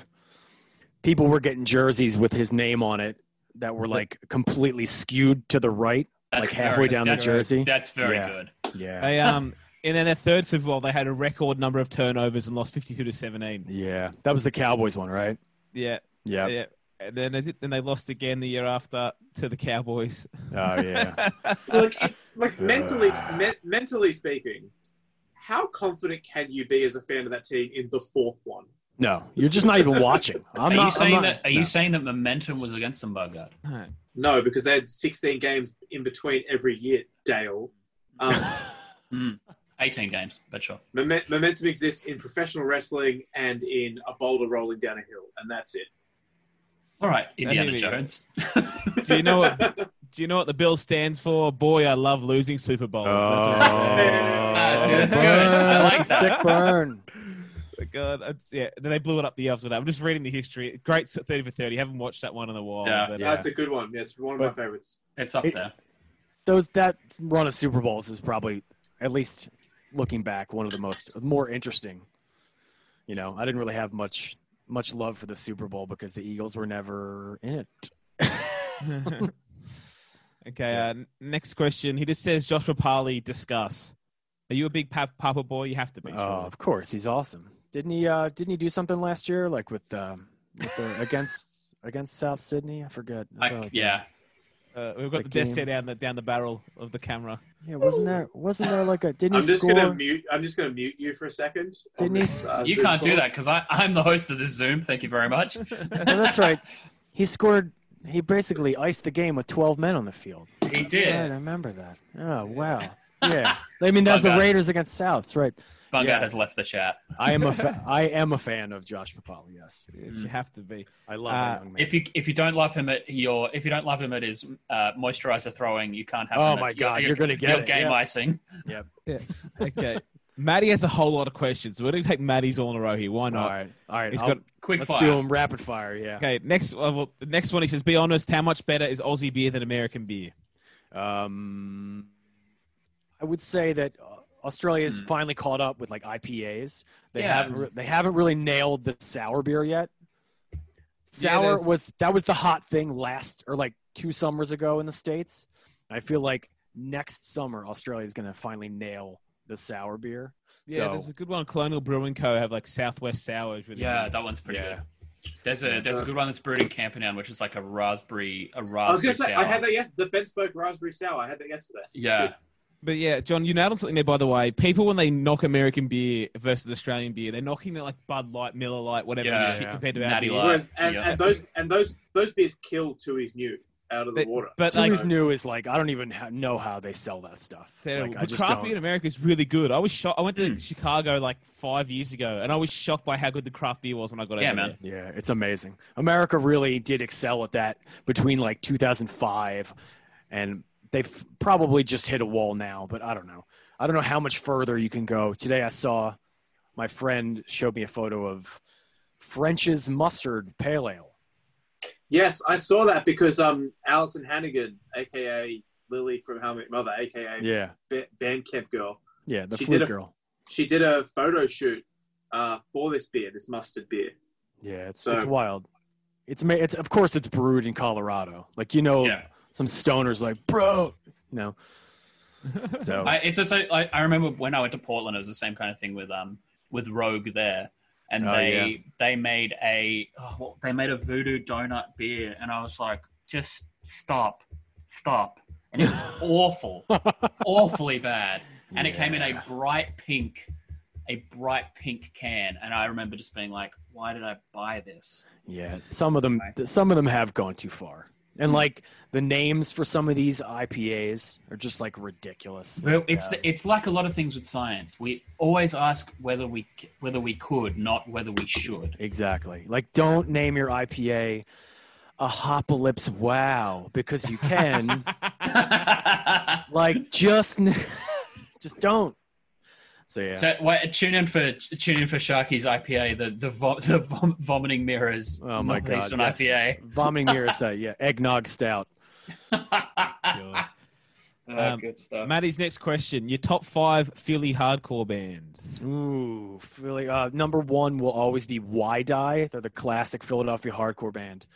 Speaker 5: People were getting jerseys with his name on it that were like completely skewed to the right,
Speaker 4: That's
Speaker 5: like halfway
Speaker 4: very,
Speaker 5: down the
Speaker 4: that's,
Speaker 5: jersey.
Speaker 4: That's very
Speaker 5: Yeah.
Speaker 4: good.
Speaker 5: Yeah.
Speaker 3: they um and then their third Super Bowl, they had a record number of turnovers and lost 52 to 17.
Speaker 5: Yeah. That was the Cowboys one, right?
Speaker 3: Yeah,
Speaker 5: Yeah.
Speaker 3: yeah. And then they did, and they lost again the year after to the Cowboys.
Speaker 5: Oh yeah.
Speaker 2: like, it- like mentally, me- mentally speaking, how confident can you be as a fan of that team in the fourth one?
Speaker 5: No, you're just not even watching. I'm
Speaker 4: are
Speaker 5: not.
Speaker 4: you
Speaker 5: I'm
Speaker 4: saying
Speaker 5: not-
Speaker 4: that? Are
Speaker 5: no.
Speaker 4: you saying that momentum was against them, Bogart?
Speaker 2: No, because they had 16 games in between every year, Dale. Um,
Speaker 4: Eighteen games, but sure.
Speaker 2: momen- momentum exists in professional wrestling and in a boulder rolling down a hill, and that's it.
Speaker 4: All right,
Speaker 3: we
Speaker 4: Indiana
Speaker 3: go.
Speaker 4: Jones.
Speaker 3: do you know what? Do you know what the bill stands for? Boy, I love losing Super Bowls. That's what
Speaker 2: Oh.
Speaker 4: Ah, see, that's
Speaker 5: Oh. burn.
Speaker 4: good. I like that.
Speaker 5: Sick burn.
Speaker 3: My God, I- yeah. Then they blew it up the year after that. I'm just reading the history. Great s- thirty for thirty. Haven't watched that one in a while.
Speaker 4: Yeah.
Speaker 3: but,
Speaker 2: That's a good one. That's one of my
Speaker 5: But-
Speaker 2: favorites.
Speaker 4: It's up
Speaker 5: It-
Speaker 4: there.
Speaker 5: Those that run of Super Bowls is probably, at least looking back, one of the most more interesting. You know, I didn't really have much much love for the Super Bowl because the Eagles were never in it.
Speaker 3: okay. Uh, n- next question. He just says Joshua Parley. Discuss. Are you a big pap- Papa boy? You have to be.
Speaker 5: Oh,
Speaker 3: surely.
Speaker 5: of course, he's awesome. Didn't he? Uh, didn't he do something last year, like with, um, with the, against against South Sydney? I forget. It was
Speaker 4: I,
Speaker 5: like-
Speaker 4: yeah,
Speaker 3: Uh, we've
Speaker 5: It's a
Speaker 3: got the death
Speaker 5: game.
Speaker 3: stare down the down the barrel of the camera.
Speaker 5: Yeah, wasn't there? Wasn't there like a? Didn't
Speaker 2: I'm
Speaker 5: he
Speaker 2: just
Speaker 5: score?
Speaker 2: gonna mute. I'm just gonna mute you for a second. on
Speaker 5: Didn't he-
Speaker 2: this, uh,
Speaker 4: you
Speaker 2: Zoom
Speaker 4: can't do
Speaker 2: call.
Speaker 4: that because I'm the host of this Zoom. Thank you very much.
Speaker 5: No, that's right. He scored. He basically iced the game with 12 men on the field.
Speaker 4: He
Speaker 5: Right, I
Speaker 4: did.
Speaker 5: remember that. Oh wow. yeah. I mean, that's the
Speaker 4: Bug-eyed.
Speaker 5: Raiders against Souths, right?
Speaker 4: Bug
Speaker 5: Yeah.
Speaker 4: out has left the chat.
Speaker 5: I am a fa- I am a fan of Josh Papal. Yes,
Speaker 3: Yes, You have to be.
Speaker 5: I love
Speaker 3: Uh,
Speaker 5: that young man.
Speaker 4: If you if you don't love him at your if you don't love him at his uh, moisturizer throwing, you can't have.
Speaker 5: Oh
Speaker 4: him
Speaker 5: my
Speaker 4: at
Speaker 5: God,
Speaker 4: your,
Speaker 5: you're gonna get
Speaker 4: your
Speaker 5: it,
Speaker 4: game
Speaker 5: yeah.
Speaker 4: icing.
Speaker 3: Okay. Maddie has a whole lot of questions. We're going to take Maddie's all in a row here. Why
Speaker 5: all
Speaker 3: not?
Speaker 5: right, all right.
Speaker 3: He's
Speaker 5: I'll-
Speaker 3: got
Speaker 4: Quick
Speaker 5: let's
Speaker 4: fire.
Speaker 5: do him rapid fire. Yeah.
Speaker 3: Okay, next uh, well, the next one he says, "Be honest, how much better is Aussie beer than American beer?"
Speaker 5: Um, I would say that uh, Australia's
Speaker 4: Hmm.
Speaker 5: finally caught up with like IPAs. They
Speaker 4: Yeah.
Speaker 5: haven't re- they haven't really nailed the sour beer yet. Sour
Speaker 3: there's-
Speaker 5: was that was the hot thing last or like two summers ago in the states. I feel like next summer Australia is going to finally nail the sour beer.
Speaker 3: Yeah,
Speaker 5: So-
Speaker 3: there's a good one. Colonial Brewing Co. have like Southwest Sours. Really
Speaker 4: Yeah,
Speaker 3: good.
Speaker 4: that one's pretty
Speaker 5: Yeah.
Speaker 4: good. There's a there's a good one that's brewed in Camperdown, which is like a raspberry a raspberry.
Speaker 2: I was going to say, I
Speaker 4: sour.
Speaker 2: had that yesterday. The Bensburg Raspberry Sour. I had that yesterday.
Speaker 4: Yeah,
Speaker 3: but yeah, John, you nailed on something there. By the way, people when they knock American beer versus Australian beer, they're knocking it like Bud Light, Miller Light, whatever
Speaker 4: Yeah.
Speaker 3: shit
Speaker 5: Yeah.
Speaker 3: compared to our
Speaker 4: Natty
Speaker 3: beer.
Speaker 4: Light.
Speaker 2: Whereas, and,
Speaker 4: yeah.
Speaker 2: and those and those those beers kill Tui's new out of the
Speaker 3: They-
Speaker 2: water.
Speaker 3: But like,
Speaker 5: Tui's new is like I don't even ha- know how they sell that stuff.
Speaker 3: terrible.
Speaker 5: Like, I
Speaker 3: but
Speaker 5: just
Speaker 3: craft beer in
Speaker 5: don't.
Speaker 3: America is really good. I was shocked. I went to
Speaker 4: Hmm.
Speaker 3: Chicago like five years ago, and I was shocked by how good the craft beer was when I got
Speaker 4: Yeah,
Speaker 3: over
Speaker 4: man.
Speaker 3: there.
Speaker 5: Yeah, it's amazing. America really did excel at that between like 2005 and they've probably just hit a wall now, but I don't know. I don't know how much further you can go. Today I saw my friend showed me a photo of French's mustard pale ale.
Speaker 2: Yes, I saw that because um, Alison Hannigan, aka Lily from How I Met Your Mother, aka
Speaker 5: Yeah.
Speaker 2: ba- Bandcamp Girl,
Speaker 5: Yeah, the
Speaker 2: She
Speaker 5: flute
Speaker 2: did a-
Speaker 5: girl.
Speaker 2: she did a photo shoot uh, for this beer, this mustard beer.
Speaker 5: Yeah, it's
Speaker 2: So-
Speaker 5: it's wild. It's ma- it's of course it's brewed in Colorado. Like you know
Speaker 4: Yeah.
Speaker 5: some stoners like, "Bro, no." So
Speaker 4: I, it's just I, I remember when I went to Portland, it was the same kind of thing with um with Rogue there, and
Speaker 5: Oh,
Speaker 4: they they made a oh, what- they made a voodoo donut beer, and I was like, just stop, stop, and it was awful, awfully bad, and it came in a
Speaker 5: Yeah.
Speaker 4: bright pink, a bright pink can, and I remember just being like, why did I buy this?
Speaker 5: Yeah, some of them
Speaker 4: Right.
Speaker 5: th- some of them have gone too far. And like the names for some of these IPAs are just like ridiculous.
Speaker 4: Well, it's
Speaker 5: Yeah.
Speaker 4: the, it's like a lot of things with science. We always ask whether we c- whether we could, not whether we should.
Speaker 5: Exactly. Like don't name your IPA a Hopolips Wow because you can. like just n- just don't. So yeah.
Speaker 4: So wait, tune in for tune in for Sharky's IPA, the the, vo- the vom- vomiting mirrors.
Speaker 5: Oh my god.
Speaker 4: Northeastern
Speaker 5: yes.
Speaker 4: IPA.
Speaker 5: Vomiting Mirasa, uh, yeah, eggnog stout.
Speaker 4: oh,
Speaker 3: Um,
Speaker 4: good stuff.
Speaker 3: Maddie's next question: Your top five Philly hardcore bands.
Speaker 5: Ooh, Philly. Uh, number one will always be Why Die. They're the classic Philadelphia hardcore band.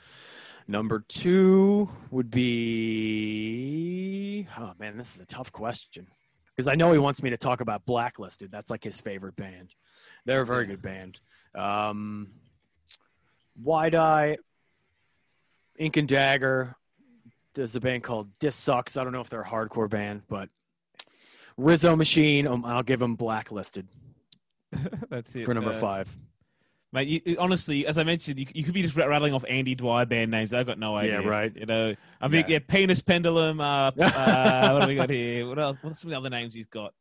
Speaker 5: Number two would be. Oh man, this is a tough question because I know he wants me to talk about Blacklisted. That's like his favorite band. They're a very good band. Um, Wide Eye, Ink and Dagger. There's a band called Dis Sucks. I don't know if they're a hardcore band, but Rizzo Machine. Um, I'll give them Blacklisted
Speaker 3: That's it
Speaker 5: for number
Speaker 3: uh,
Speaker 5: five.
Speaker 3: Mate, you- you, honestly, as I mentioned, you, you could be just ra- rattling off Andy Dwyer band names. I've got no
Speaker 5: Yeah,
Speaker 3: idea.
Speaker 5: right.
Speaker 3: You know, I mean,
Speaker 5: Yeah.
Speaker 3: yeah, Penis Pendulum. Uh, uh, what do we got here? What else? What's some of the other names he's got?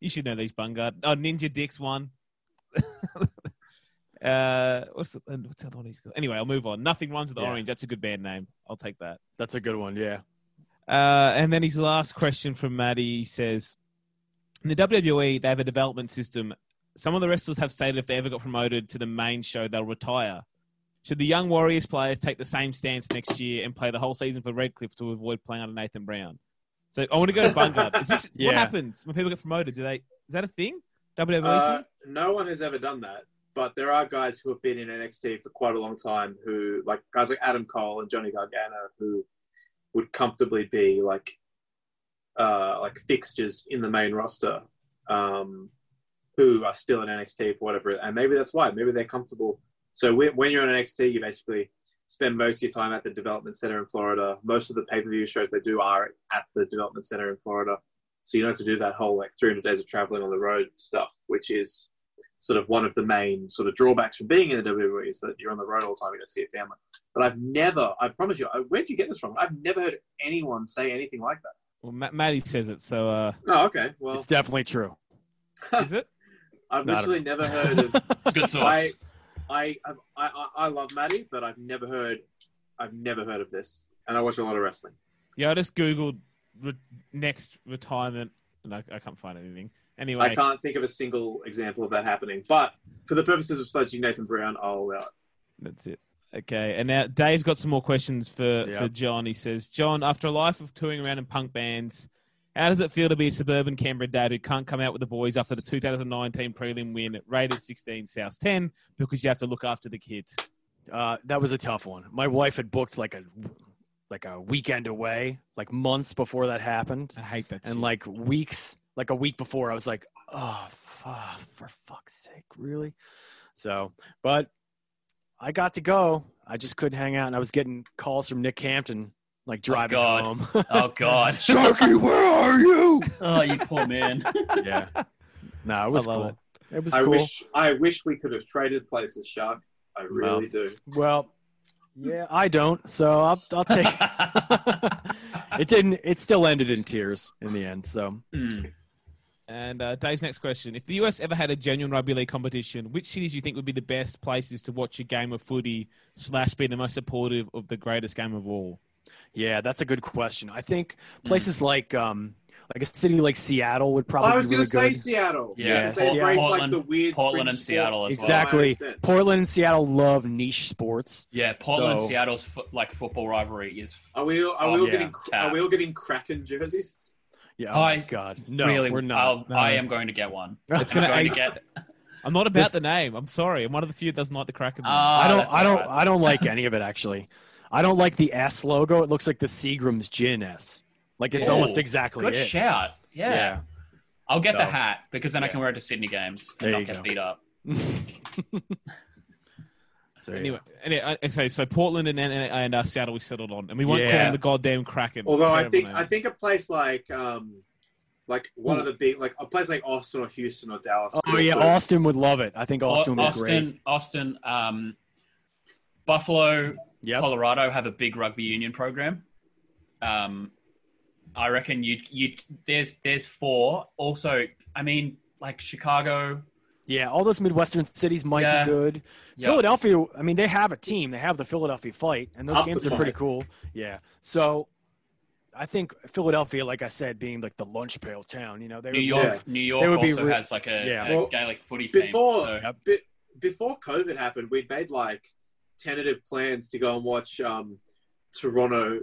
Speaker 3: You should know these, Bungard. Oh, Ninja Dicks one. uh, what's the, and what's the other one he's got? Anyway, I'll move on. Nothing Rhymes with
Speaker 5: Yeah.
Speaker 3: Orange. That's a good band name. I'll take that.
Speaker 5: That's a good one. Yeah.
Speaker 3: Uh, and then his last question from Maddie says In the WWE, they have a development system. Some of the wrestlers have stated if they ever got promoted to the main show, they'll retire. Should the Young Warriors players take the same stance next year and play the whole season for Redcliffe to avoid playing under Nathan Brown? So I want to go to Bungard. Is this
Speaker 5: Yeah.
Speaker 3: what happens when people get promoted? Do they is that a thing? WWE?
Speaker 2: Uh,
Speaker 3: thing?
Speaker 2: no one has ever done that, but there are guys who have been in NXT for quite a long time who, like guys like Adam Cole and Johnny Gargano, who would comfortably be like uh, like fixtures in the main roster, um, who are still in NXT for whatever, and maybe that's why. Maybe they're comfortable. So when, when you're in NXT, you basically spend most of your time at the development center in Florida. Most of the pay-per-view shows they do are at the development center in Florida so you don't have to do that whole like 300 days of traveling on the road stuff which is sort of one of the main sort of drawbacks from being in the WWE is that you're on the road all the time you don't see your family but I've never I promise you I- where did you get this from I've never heard anyone say anything like that
Speaker 3: Well, Ma- Maddie says it, so uh,
Speaker 2: Oh, okay. Well,
Speaker 5: It's definitely true.
Speaker 3: is it?
Speaker 2: I've
Speaker 5: not
Speaker 2: literally never heard of.
Speaker 4: It's good source.
Speaker 2: I, I, I've- I, I, I love Maddie, but I've never heard, I've never heard of this, and I watch a lot of wrestling.
Speaker 3: Yeah, I just googled re- next retirement, and I, I can't find anything. Anyway,
Speaker 2: I can't think of a single example of that happening. But for the purposes of sledging Nathan Brown, I'll uh, allow it.
Speaker 3: That's it. Okay, and now Dave's got some more questions for,
Speaker 5: Yeah.
Speaker 3: for John. He says, John, after a life of touring around in punk bands, how does it feel to be a suburban Canberra dad who can't come out with the boys after the 2019 prelim win at Raiders 16 South 10 because you have to look after the kids?
Speaker 5: Uh, that was a tough one. My wife had booked like a like a weekend away, like months before that happened,
Speaker 3: I hate that.
Speaker 5: and like weeks, like a week before, I was like, "Oh, fuck, for fuck's sake, really?" So, but I got to go. I just couldn't hang out, and I was getting calls from Nick Hampton, like driving
Speaker 4: God.
Speaker 5: home.
Speaker 4: oh god.
Speaker 5: Sharky, where are you?
Speaker 4: oh, you poor man.
Speaker 5: yeah. No, it was
Speaker 3: love
Speaker 5: cool. It, was
Speaker 2: I
Speaker 5: cool.
Speaker 2: wish, I wish we could have traded places, Shark. I really
Speaker 5: Well.
Speaker 2: do.
Speaker 5: Well, yeah, I don't. So I'll I'll take.
Speaker 4: Hmm.
Speaker 5: it didn't. It still ended in tears in the end. So
Speaker 4: Hmm.
Speaker 3: And uh, Dave's next question If the US ever had a genuine rugby league competition, which cities do you think would be the best places to watch a game of footy slash be the most supportive of the greatest game of all?
Speaker 5: yeah, that's a good question. I think places
Speaker 4: Mm.
Speaker 5: like um like a city like Seattle would probably
Speaker 2: I was
Speaker 5: be
Speaker 2: going
Speaker 5: really
Speaker 2: to say
Speaker 5: good.
Speaker 2: Seattle.
Speaker 4: Yeah,
Speaker 2: because they
Speaker 5: Seattle.
Speaker 2: embrace, like
Speaker 4: Portland-
Speaker 2: the weird
Speaker 4: Portland
Speaker 2: fringe
Speaker 4: and Seattle
Speaker 2: sports
Speaker 4: as
Speaker 2: to a
Speaker 5: well.
Speaker 2: higher
Speaker 5: Exactly.
Speaker 2: extent.
Speaker 5: Portland and Seattle love niche sports.
Speaker 4: Yeah, Portland
Speaker 5: So-
Speaker 4: and Seattle's fo- like football rivalry is
Speaker 2: Are we? Are we
Speaker 4: Oh,
Speaker 2: all
Speaker 5: yeah.
Speaker 2: getting? Are we all getting Kraken jerseys?
Speaker 5: Yeah. Oh my
Speaker 4: I-
Speaker 5: God. No,
Speaker 4: really.
Speaker 5: we're not.
Speaker 4: I'll-
Speaker 3: No.
Speaker 4: I am going to get one.
Speaker 3: It's
Speaker 4: I'm
Speaker 3: gonna
Speaker 4: going
Speaker 3: age-
Speaker 4: to get.
Speaker 3: I'm not about
Speaker 5: This-
Speaker 3: the name. I'm sorry. I'm one of the few that doesn't like the Kraken. name.
Speaker 4: Ah,
Speaker 5: I don't.
Speaker 4: that's
Speaker 5: I don't.
Speaker 4: alright.
Speaker 5: I don't like any of it actually. I don't like the S logo. It looks like the Seagram's Gin S. Like it's
Speaker 4: Yeah.
Speaker 5: almost
Speaker 4: Oh,
Speaker 5: exactly
Speaker 4: Good
Speaker 5: it.
Speaker 4: shout. Yeah.
Speaker 5: yeah.
Speaker 4: I'll get the
Speaker 5: So-
Speaker 4: hat because then I
Speaker 5: Yeah.
Speaker 4: can wear it to Sydney games
Speaker 5: There
Speaker 4: and
Speaker 5: you go.
Speaker 4: not get beat up.
Speaker 5: So, yeah.
Speaker 3: Anyway, any- uh, so, so Portland and and, and uh, Seattle we settled on, and we won't call
Speaker 5: Yeah.
Speaker 3: them the goddamn Kraken.
Speaker 2: Although I
Speaker 3: Terrible
Speaker 2: think
Speaker 3: name.
Speaker 2: I think a place like um like one of the big like a place like Austin or Houston or Dallas.
Speaker 5: Hmm. Oh yeah,
Speaker 2: also-
Speaker 5: Austin would love it. I think Austin would be great.
Speaker 4: Austin, Austin, um, Buffalo,
Speaker 5: Yep.
Speaker 4: Colorado have a big rugby union program. Um, I reckon you you there's there's four. Also, I mean like Chicago.
Speaker 5: Yeah, all those Midwestern cities might
Speaker 4: Yeah.
Speaker 5: be good.
Speaker 4: Yeah.
Speaker 5: Philadelphia, I mean, they have a team. They have the Philadelphia Fight, and those
Speaker 2: Up
Speaker 5: games
Speaker 2: the
Speaker 5: are pretty
Speaker 2: Fight.
Speaker 5: cool. Yeah. So I think Philadelphia, like I said, being like the lunch pail town, you know, they
Speaker 4: New
Speaker 5: would-
Speaker 4: York,
Speaker 2: Yeah.
Speaker 4: New
Speaker 5: They
Speaker 4: York
Speaker 5: would be
Speaker 4: also
Speaker 5: re-
Speaker 4: has like a,
Speaker 5: Yeah.
Speaker 4: a
Speaker 2: Well,
Speaker 4: Gaelic footy team.
Speaker 2: before-
Speaker 4: so-
Speaker 2: before COVID happened, we'd made like tentative plans to go and watch um Toronto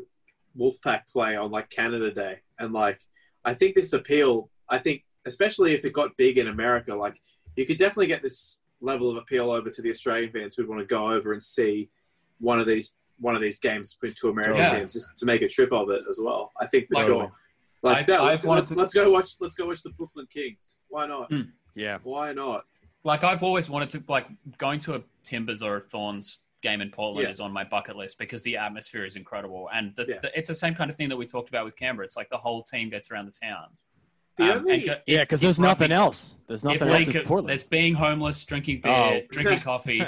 Speaker 2: Wolfpack play on like Canada Day. And like I think this appeal I think especially if it got big in America, like you could definitely get this level of appeal over to the Australian fans who'd want to go over and see one of these one of these games between two American
Speaker 4: Yeah.
Speaker 2: teams just to make a trip of it as well. I think for
Speaker 4: Like-
Speaker 2: sure. Like
Speaker 4: I've-
Speaker 2: that,
Speaker 4: I've
Speaker 2: let's,
Speaker 4: wanted
Speaker 2: let's,
Speaker 4: to-
Speaker 2: let's go watch. Let's go watch the Brooklyn Kings. Why not?
Speaker 5: yeah.
Speaker 2: Why not?
Speaker 4: like I've always wanted to like going to a Timbers or a Thorns game in Portland
Speaker 2: Yeah.
Speaker 4: is on my bucket list because the atmosphere is incredible and the,
Speaker 2: Yeah.
Speaker 4: the, it's the same kind of thing that we talked about with Canberra. It's like the whole team gets around the town.
Speaker 2: The
Speaker 4: Um,
Speaker 2: only
Speaker 4: and go- if-
Speaker 5: Yeah, because
Speaker 4: if
Speaker 5: there's nothing
Speaker 4: rugby-
Speaker 5: else. There's
Speaker 4: if
Speaker 5: nothing else
Speaker 4: they
Speaker 5: in
Speaker 4: could-
Speaker 5: Portland.
Speaker 4: There's being homeless, drinking beer,
Speaker 5: Oh.
Speaker 4: drinking coffee.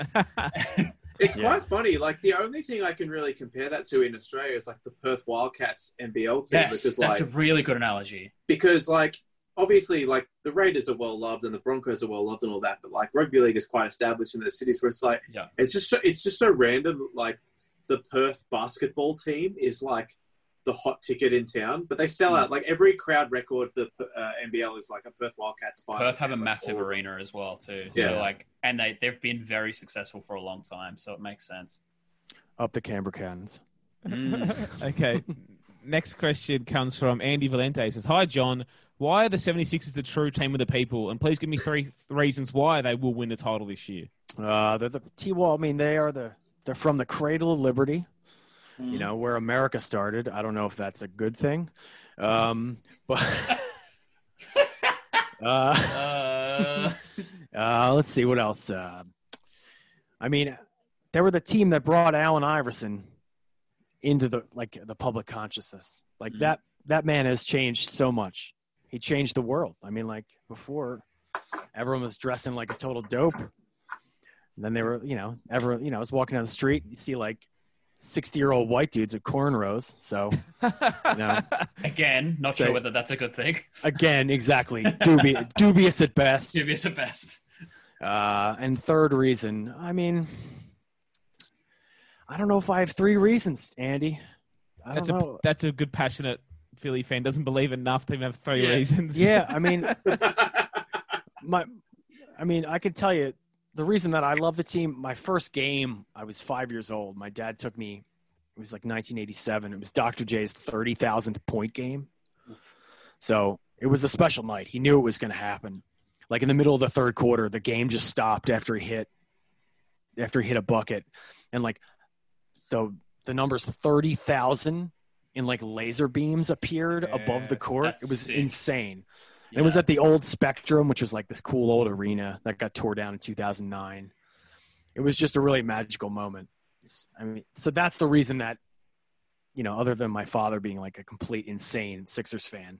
Speaker 2: It's
Speaker 5: Yeah.
Speaker 2: quite funny. Like the only thing I can really compare that to in Australia is like the Perth Wildcats NBL team,
Speaker 4: Yes,
Speaker 2: because like
Speaker 4: that's a really good analogy.
Speaker 2: because like obviously like the Raiders are well loved and the Broncos are well loved and all that, but like rugby league is quite established in those cities where it's like
Speaker 4: Yeah.
Speaker 2: it's just so, it's just so random. Like the Perth basketball team is like the hot ticket in town, but they
Speaker 4: Hmm.
Speaker 2: sell out. Like every crowd record for uh, NBL is like a Perth Wildcats final.
Speaker 4: Perth have a
Speaker 2: game, like,
Speaker 4: massive
Speaker 2: all-
Speaker 4: arena as well too. So
Speaker 2: Yeah.
Speaker 4: like, and they they've been very successful for a long time, so it makes sense.
Speaker 5: Up the Canberra Cannons.
Speaker 4: Mm.
Speaker 3: okay. Next question comes from Andy Valente. He says, "Hi John, why are the 76ers the true team of the people? And please give me three th- reasons why they will win the title this year."
Speaker 5: Uh, they're the T Wall. I mean, they are the they're from the cradle of liberty. You know where America started. I don't know if that's a good thing, um, but uh,
Speaker 4: Uh,
Speaker 5: uh, let's see what else. Uh, I mean, they were the team that brought Allen Iverson into the like the public consciousness. Like
Speaker 4: Mhm.
Speaker 5: that that man has changed so much. He changed the world. I mean, like before, everyone was dressing like a total dope. And then they were, you know, everyone, you know, I was walking down the street, you see like 60 year old white dudes with cornrows. So, No.
Speaker 4: Again, not
Speaker 5: So-
Speaker 4: sure whether that's a good thing.
Speaker 5: again, exactly. Dubi- dubious at best.
Speaker 4: Dubious at best.
Speaker 5: Uh, and third reason, I mean, I don't know if I have three reasons, Andy. I
Speaker 3: That's
Speaker 5: don't
Speaker 3: a
Speaker 5: know.
Speaker 3: that's a good passionate Philly fan. Doesn't believe enough to even have three
Speaker 4: Yeah.
Speaker 3: reasons.
Speaker 5: yeah, I mean,
Speaker 2: yeah,
Speaker 5: my i mean i can tell you the reason that i love the team my first game i was five years old my dad took me it was like 1987 it was dr j's 30000th point game so it was a special night he knew it was going to happen like in the middle of the third quarter the game just stopped after he hit after he hit a bucket and like the the numbers 30000 in like laser beams appeared above the
Speaker 3: Yes,
Speaker 5: court it
Speaker 4: that's
Speaker 5: was
Speaker 4: sick.
Speaker 5: insane it was
Speaker 4: Yeah.
Speaker 5: at the old Spectrum, which was like this cool old arena that got tore down in 2009. It was just a really magical moment. S- I mean, so that's the reason that, you know, other than my father being like a complete insane Sixers fan,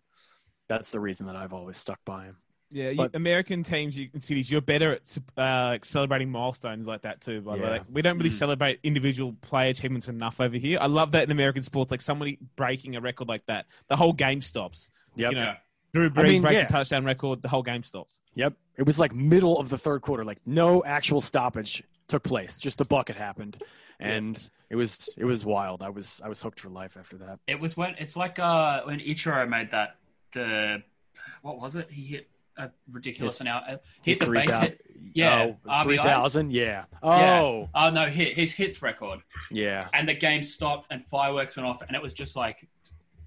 Speaker 5: that's the reason that I've always stuck by him.
Speaker 3: yeah. you-
Speaker 5: But-
Speaker 3: American teams, you and cities, you're better at uh, like celebrating milestones like that too. By the way,
Speaker 5: Yeah.
Speaker 3: like, we don't really
Speaker 4: Mm.
Speaker 3: celebrate individual play achievements enough over here. I love that in American sports, like somebody breaking a record like that, the whole game stops.
Speaker 5: Yep.
Speaker 3: You know,
Speaker 4: Yeah.
Speaker 3: Drew Brees
Speaker 5: mean,
Speaker 3: breaks
Speaker 5: yeah.
Speaker 3: a touchdown record, the whole game stops.
Speaker 5: Yep. It was like middle of the third quarter, like no actual stoppage took place. Just the bucket happened. And it was it was wild. I was I was hooked for life after that.
Speaker 4: It was when it's like uh when Ichiro made that the what was it? He hit a ridiculous
Speaker 5: His-
Speaker 4: amount. He hit the base
Speaker 5: 3,000
Speaker 4: hit. Yeah,
Speaker 5: Oh,
Speaker 4: RBIs.
Speaker 5: 3,000. Yeah.
Speaker 4: Yeah.
Speaker 5: Oh.
Speaker 4: Oh no, hit his hits record.
Speaker 5: yeah.
Speaker 4: And the game stopped and fireworks went off and it was just like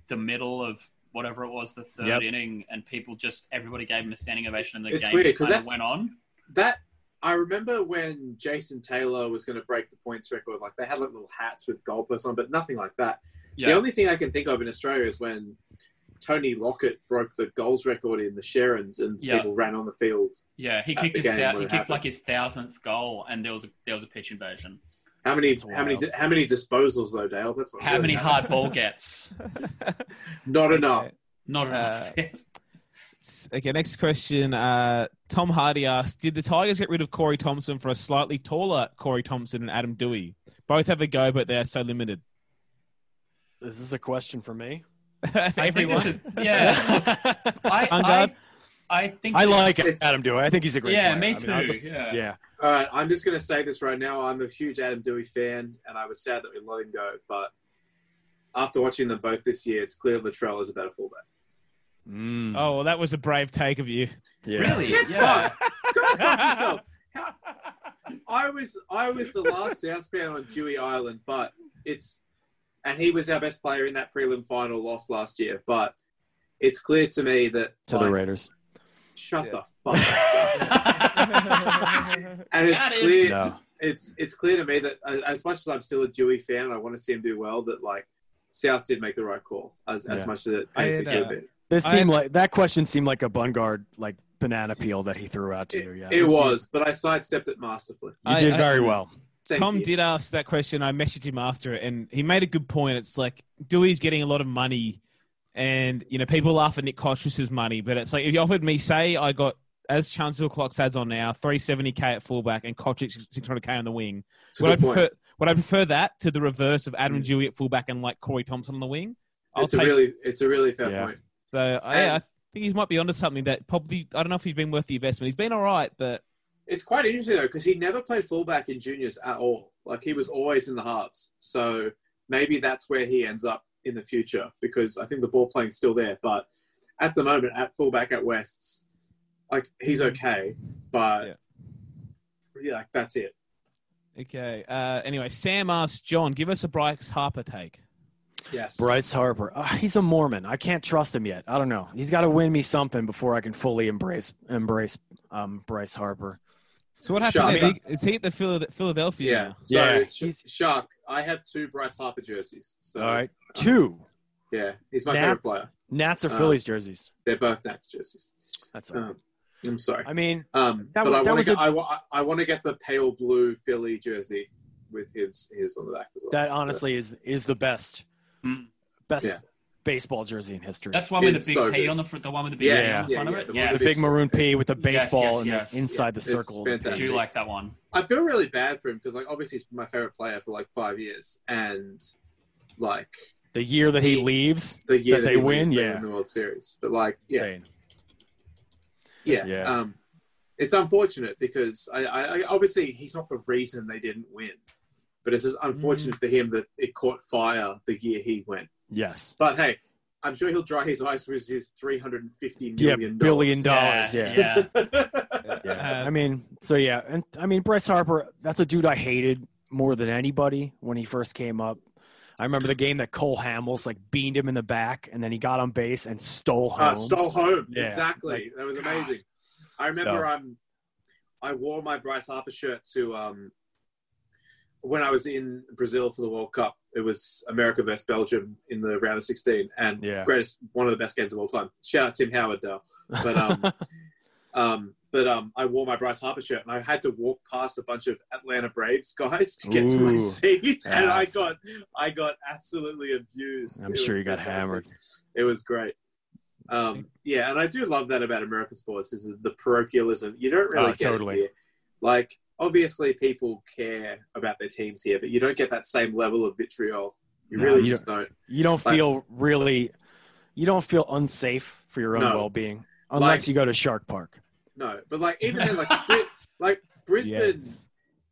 Speaker 4: the middle of whatever it was, the third
Speaker 5: Yep.
Speaker 4: inning, and people just everybody gave him a standing ovation and the
Speaker 2: It's
Speaker 4: game
Speaker 2: weird,
Speaker 4: just
Speaker 2: 'cause
Speaker 4: kind of
Speaker 2: that's-
Speaker 4: went on.
Speaker 2: that I remember when Jason Taylor was going to break the points record. Like they had like little hats with goalposts on, but nothing like that.
Speaker 4: Yeah.
Speaker 2: The only thing I can think of in Australia is when Tony Lockett broke the goals record in the Sharons and
Speaker 4: Yeah.
Speaker 2: people ran on the field.
Speaker 4: yeah, he
Speaker 2: at
Speaker 4: kicked
Speaker 2: the
Speaker 4: his
Speaker 2: game
Speaker 4: thou-
Speaker 2: when it
Speaker 4: he kicked
Speaker 2: happened.
Speaker 4: like his thousandth goal and there was a there was a pitch invasion.
Speaker 2: How many?
Speaker 5: That's
Speaker 2: How many?
Speaker 5: wild.
Speaker 2: How many disposals though, Dale? That's what.
Speaker 4: How
Speaker 2: really
Speaker 4: many
Speaker 2: matters.
Speaker 4: hard ball gets?
Speaker 2: Not enough.
Speaker 4: Not enough.
Speaker 3: Uh, S- Okay, next question. Uh, Tom Hardy asks Did the Tigers get rid of Corey Thompson for a slightly taller Corey Thompson and Adam Dewey? Both have a go, but they're so limited.
Speaker 5: This is a question for me.
Speaker 3: For
Speaker 4: I think
Speaker 3: everyone.
Speaker 4: this is- yeah. I,
Speaker 3: On
Speaker 4: I,
Speaker 3: guard.
Speaker 4: I think
Speaker 5: I
Speaker 4: this-
Speaker 5: like
Speaker 2: It's-
Speaker 5: Adam Dewey. I think he's a great
Speaker 4: Yeah,
Speaker 5: player.
Speaker 4: me
Speaker 5: I mean, I'll
Speaker 4: too,
Speaker 5: just-
Speaker 4: yeah.
Speaker 5: yeah.
Speaker 2: All right, I'm just going to say this right now. I'm a huge Adam Dewey fan, and I was sad that we let him go. But after watching them both this year, it's clear Latrell is a better fullback.
Speaker 5: Mm,
Speaker 3: Oh, well, that was a brave take of you.
Speaker 5: yeah.
Speaker 4: Really?
Speaker 2: Get
Speaker 4: Yeah.
Speaker 2: fucked. Go fuck yourself. I was I was the last South fan on Dewey Island, but it's and he was our best player in that prelim final loss last year. But it's clear to me that
Speaker 5: To the
Speaker 2: like,
Speaker 5: Raiders.
Speaker 2: shut
Speaker 3: Yeah.
Speaker 2: the fuck up. and it's
Speaker 4: Got him.
Speaker 2: clear
Speaker 5: No.
Speaker 2: it's it's clear to me that uh, as much as I'm still a Dewey fan, and I want to see him do well. That like South did make the right call, as, as
Speaker 5: Yeah.
Speaker 2: much as it pains me
Speaker 3: I,
Speaker 2: to
Speaker 3: uh,
Speaker 2: admit.
Speaker 5: This
Speaker 3: I-
Speaker 5: seemed like that question seemed like a bun guard like banana peel that he threw out to you. Yeah.
Speaker 2: It was, but I sidestepped it masterfully.
Speaker 5: You did
Speaker 3: I- I-
Speaker 5: very well.
Speaker 2: Thank
Speaker 3: Tom
Speaker 2: you.
Speaker 3: did ask that question. I messaged him after it, and he made a good point. It's like Dewey's getting a lot of money, and you know people laugh at Nick Cottress's money, but it's like if you offered me, say, I got as Chancellor Clocks adds on now, three seventy k at fullback and Kotrick six hundred k on the wing.
Speaker 2: It's a
Speaker 3: Would I
Speaker 2: good point.
Speaker 3: prefer? Would I prefer that to the reverse of Adam
Speaker 2: Mm.
Speaker 3: Dewey at fullback and like Corey Thompson on the wing? I'll
Speaker 2: It's a
Speaker 3: take
Speaker 2: really it's a really fair
Speaker 5: Yeah.
Speaker 2: point.
Speaker 3: so. I, yeah, I think he might be onto something that probably I don't know if he's been worth the investment. He's been all right, but
Speaker 2: It's quite interesting though because he never played fullback in juniors at all. Like he was always in the halves. So maybe that's where he ends up in the future because I think the ball playing's still there. But at the moment, at fullback at Wests, like he's okay, but
Speaker 3: Yeah.
Speaker 2: yeah, like that's it.
Speaker 3: okay. Uh, anyway, Sam asks John, give us a Bryce Harper take.
Speaker 2: Yes,
Speaker 5: Bryce Harper. Ah, he's a Mormon. I can't trust him yet. I don't know. He's got to win me something before I can fully embrace embrace um, Bryce Harper.
Speaker 3: So what happened?
Speaker 2: Sharp.
Speaker 3: there? Did he- Is he at the Phila- Philadelphia?
Speaker 2: Yeah.
Speaker 3: now?
Speaker 2: So
Speaker 5: Yeah,
Speaker 2: Sh-
Speaker 5: he's-
Speaker 2: Shark, I have two Bryce Harper jerseys. So
Speaker 5: All right. Two.
Speaker 2: yeah, he's my
Speaker 5: Nah.
Speaker 2: favorite player.
Speaker 5: Nats or
Speaker 2: Uh,
Speaker 5: Phillies jerseys.
Speaker 2: They're both Nats jerseys.
Speaker 5: That's all right.
Speaker 2: Um, I'm sorry.
Speaker 5: I mean,
Speaker 2: Um, but
Speaker 5: That wa-
Speaker 2: I
Speaker 5: that
Speaker 2: want
Speaker 5: was
Speaker 2: to get
Speaker 5: a-
Speaker 2: I wa- I want to get the pale blue Philly jersey with his his on the back as well.
Speaker 5: that honestly is is the best
Speaker 4: Mm.
Speaker 5: best
Speaker 2: Yeah.
Speaker 5: baseball jersey in history.
Speaker 4: That's one with
Speaker 2: It's
Speaker 4: the big
Speaker 2: so
Speaker 4: P
Speaker 2: good.
Speaker 4: on the front. The one with the big
Speaker 5: Yeah,
Speaker 4: P on the
Speaker 2: yeah,
Speaker 4: front
Speaker 2: yeah,
Speaker 4: of
Speaker 2: the
Speaker 4: it.
Speaker 2: one
Speaker 4: Yeah,
Speaker 5: the
Speaker 2: with
Speaker 5: big maroon P
Speaker 2: Yes,
Speaker 5: with the
Speaker 4: yes,
Speaker 5: baseball and
Speaker 4: yes.
Speaker 5: the inside the
Speaker 2: It's
Speaker 5: circle. of the
Speaker 4: I
Speaker 5: P.
Speaker 2: fantastic.
Speaker 4: do like that one.
Speaker 2: I feel really bad for him because, like, obviously he's my favorite player for like five years, and like
Speaker 5: The year that he leaves,
Speaker 2: the year
Speaker 5: That
Speaker 2: that he
Speaker 5: they
Speaker 2: leaves,
Speaker 5: win,
Speaker 2: they
Speaker 5: yeah.
Speaker 2: win the World Series. But like, yeah,
Speaker 5: Pain.
Speaker 2: yeah,
Speaker 5: Yeah.
Speaker 2: Um, it's unfortunate because I, I, I obviously he's not the reason they didn't win, but it's just
Speaker 5: Mm.
Speaker 2: unfortunate for him that it caught fire the year he went.
Speaker 5: yes,
Speaker 2: But hey, I'm sure he'll dry his eyes with his 350
Speaker 5: yeah,
Speaker 2: million
Speaker 5: billion dollars. Yeah, yeah.
Speaker 4: yeah.
Speaker 3: Uh,
Speaker 4: Uh,
Speaker 5: I mean, so yeah, and I mean Bryce Harper. That's a dude I hated more than anybody when he first came up. I remember the game that Cole Hamels like beamed him in the back, and then he got on base and stole home.
Speaker 2: Uh, stole home.
Speaker 5: Yeah.
Speaker 2: Exactly. that was amazing. I remember
Speaker 5: So-
Speaker 2: um, I wore my Bryce Harper shirt to um, when I was in Brazil for the World Cup. It was America versus Belgium in the round of 16, and
Speaker 5: Yeah.
Speaker 2: greatest, one of the best games of all time. Shout out Tim Howard, though. But um, um, but um, I wore my Bryce Harper shirt, and I had to walk past a bunch of Atlanta Braves guys to get to my
Speaker 5: Ooh.
Speaker 2: seat, and
Speaker 5: Ah.
Speaker 2: I got I got absolutely abused.
Speaker 5: I'm
Speaker 2: It
Speaker 5: sure
Speaker 2: was
Speaker 5: you got
Speaker 2: fantastic.
Speaker 5: hammered.
Speaker 2: It was great. Um, yeah, and I do love that about American sports is the parochialism. You don't really
Speaker 5: Oh,
Speaker 2: get it
Speaker 5: totally.
Speaker 2: here. Like obviously people care about their teams here, but you don't get that same level of vitriol. You
Speaker 5: No,
Speaker 2: really
Speaker 5: you
Speaker 2: just don't.
Speaker 5: You don't
Speaker 2: But-
Speaker 5: feel really, you don't feel unsafe for your own
Speaker 2: No.
Speaker 5: well-being unless
Speaker 2: Like-
Speaker 5: you go to Shark Park.
Speaker 2: No, but like even then, like Bri- like Brisbane,
Speaker 3: Yes.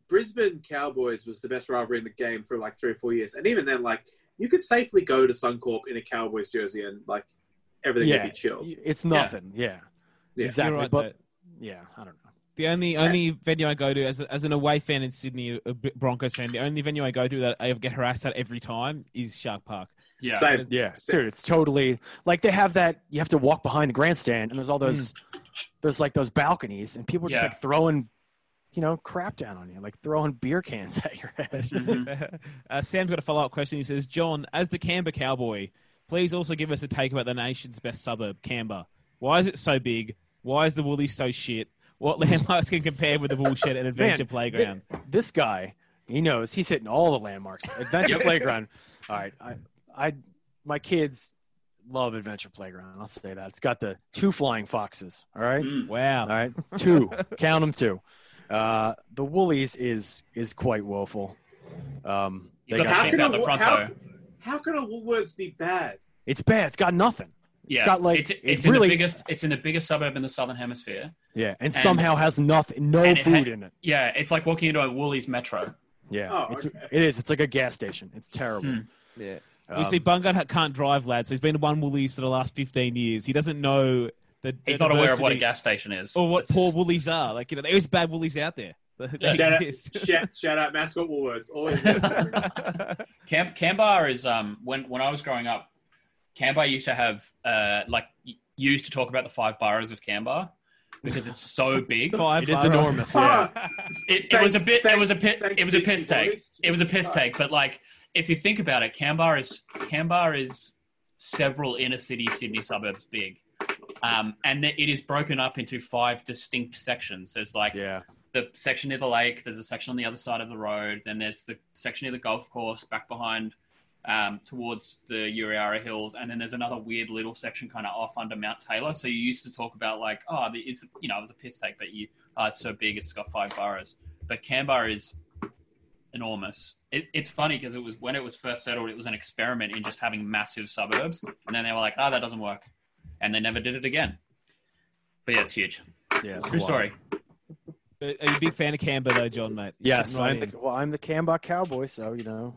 Speaker 2: Brisbane Cowboys was the best rivalry in the game for like three or four years, and even then, like you could safely go to Suncorp in a Cowboys jersey and like everything
Speaker 5: Yeah.
Speaker 2: would be chill.
Speaker 5: It's nothing. Yeah,
Speaker 2: Yeah.
Speaker 5: exactly.
Speaker 3: You're right
Speaker 5: but
Speaker 3: there.
Speaker 5: yeah, I don't know.
Speaker 3: The only only venue I go to as, a, as an away fan in Sydney, a B- Broncos fan, the only venue I go to that I get harassed at every time is Shark Park.
Speaker 4: Yeah.
Speaker 2: Same.
Speaker 5: Yeah, dude, it's totally like they have that. You have to walk behind the grandstand, and there's all those, there's like those balconies, and people are just
Speaker 4: Yeah.
Speaker 5: like throwing, you know, crap down on you, like throwing beer cans at your head.
Speaker 3: uh, Sam's got a follow up question. He says, John, as the Canberra Cowboy, please also give us a take about the nation's best suburb, Canberra. Why is it so big? Why is the Woolies so shit? What landmarks can compare with the bullshit and adventure
Speaker 5: Man,
Speaker 3: playground?
Speaker 5: this guy, he knows he's hitting all the landmarks. Adventure Playground. All right, I, I, my kids love Adventure Playground. I'll say that. It's got the two flying foxes. All right,
Speaker 4: Mm.
Speaker 3: wow.
Speaker 5: all right, two. Count them two. Uh, the Woolies is is quite woeful. Um,
Speaker 4: You
Speaker 5: they
Speaker 4: got
Speaker 5: got-
Speaker 4: to
Speaker 2: How
Speaker 4: think
Speaker 2: can
Speaker 4: about
Speaker 2: a
Speaker 4: the
Speaker 2: wo-
Speaker 4: front
Speaker 2: how-
Speaker 4: though.
Speaker 2: How can a Woolworths be bad?
Speaker 5: it's bad. It's got nothing.
Speaker 4: Yeah.
Speaker 5: got, like,
Speaker 4: it's,
Speaker 5: it
Speaker 4: it's
Speaker 5: really-
Speaker 4: in the biggest. It's in the biggest suburb in the southern hemisphere.
Speaker 5: Yeah, and,
Speaker 4: And-
Speaker 5: somehow has nothing, no
Speaker 4: and it
Speaker 5: food
Speaker 4: ha-
Speaker 5: in it.
Speaker 4: Yeah, it's like walking into a Woolies metro.
Speaker 5: Yeah,
Speaker 2: Oh,
Speaker 5: it's,
Speaker 2: okay.
Speaker 5: it is. It's like a gas station. It's terrible.
Speaker 4: Hmm.
Speaker 7: Yeah.
Speaker 5: Um,
Speaker 3: you see, Bungard can't drive, lad, so he's been to one Woolies for the last 15 years. He doesn't know the.
Speaker 4: He's
Speaker 3: the
Speaker 4: not aware of what a
Speaker 3: diversity
Speaker 4: gas station is.
Speaker 3: Or what
Speaker 4: That's-
Speaker 3: poor Woolies are. Like, you know, there is bad Woolies out there. They
Speaker 2: Shout out,
Speaker 3: exist.
Speaker 2: shout, shout out mascot Woolworths. Always
Speaker 4: Camp Canberra is um when when I was growing up, Canberra used to have uh like y- you used to talk about the five boroughs of Canberra because it's so big.
Speaker 3: Five
Speaker 5: It is
Speaker 3: bar-
Speaker 5: enormous. Yeah.
Speaker 2: Ah,
Speaker 4: It, it was
Speaker 2: thanks-
Speaker 4: a bit. It was a
Speaker 2: thanks-
Speaker 4: pit.
Speaker 2: thanks,
Speaker 4: It was a
Speaker 2: Disney
Speaker 4: piss take.
Speaker 2: boys.
Speaker 4: It was a piss
Speaker 2: Jesus
Speaker 4: take. But like, if you think about it, Canberra is Canberra is several inner city Sydney suburbs big, um, and it is broken up into five distinct sections. There's like
Speaker 5: yeah,
Speaker 4: the section near the lake. There's a section on the other side of the road. Then there's the section near the golf course, back behind, um, towards the Uriara Hills. And then there's another weird little section kind of off under Mount Taylor. So you used to talk about like, oh, the- it's you know, it was a piss take, but you, oh, it's so big, it's got five boroughs. But Canberra is enormous. It, it's funny because it was when it was first settled, it was an experiment in just having massive suburbs, and then they were like, oh, that doesn't work, and they never did it again. But yeah, it's huge.
Speaker 5: yeah. it's
Speaker 4: True
Speaker 5: a lot.
Speaker 4: story.
Speaker 3: But Are you a big fan of Canberra, though, John, mate? You're
Speaker 5: Yes,
Speaker 3: fitting
Speaker 5: I'm
Speaker 3: right
Speaker 5: the, well, I'm the Canberra Cowboy, so you know,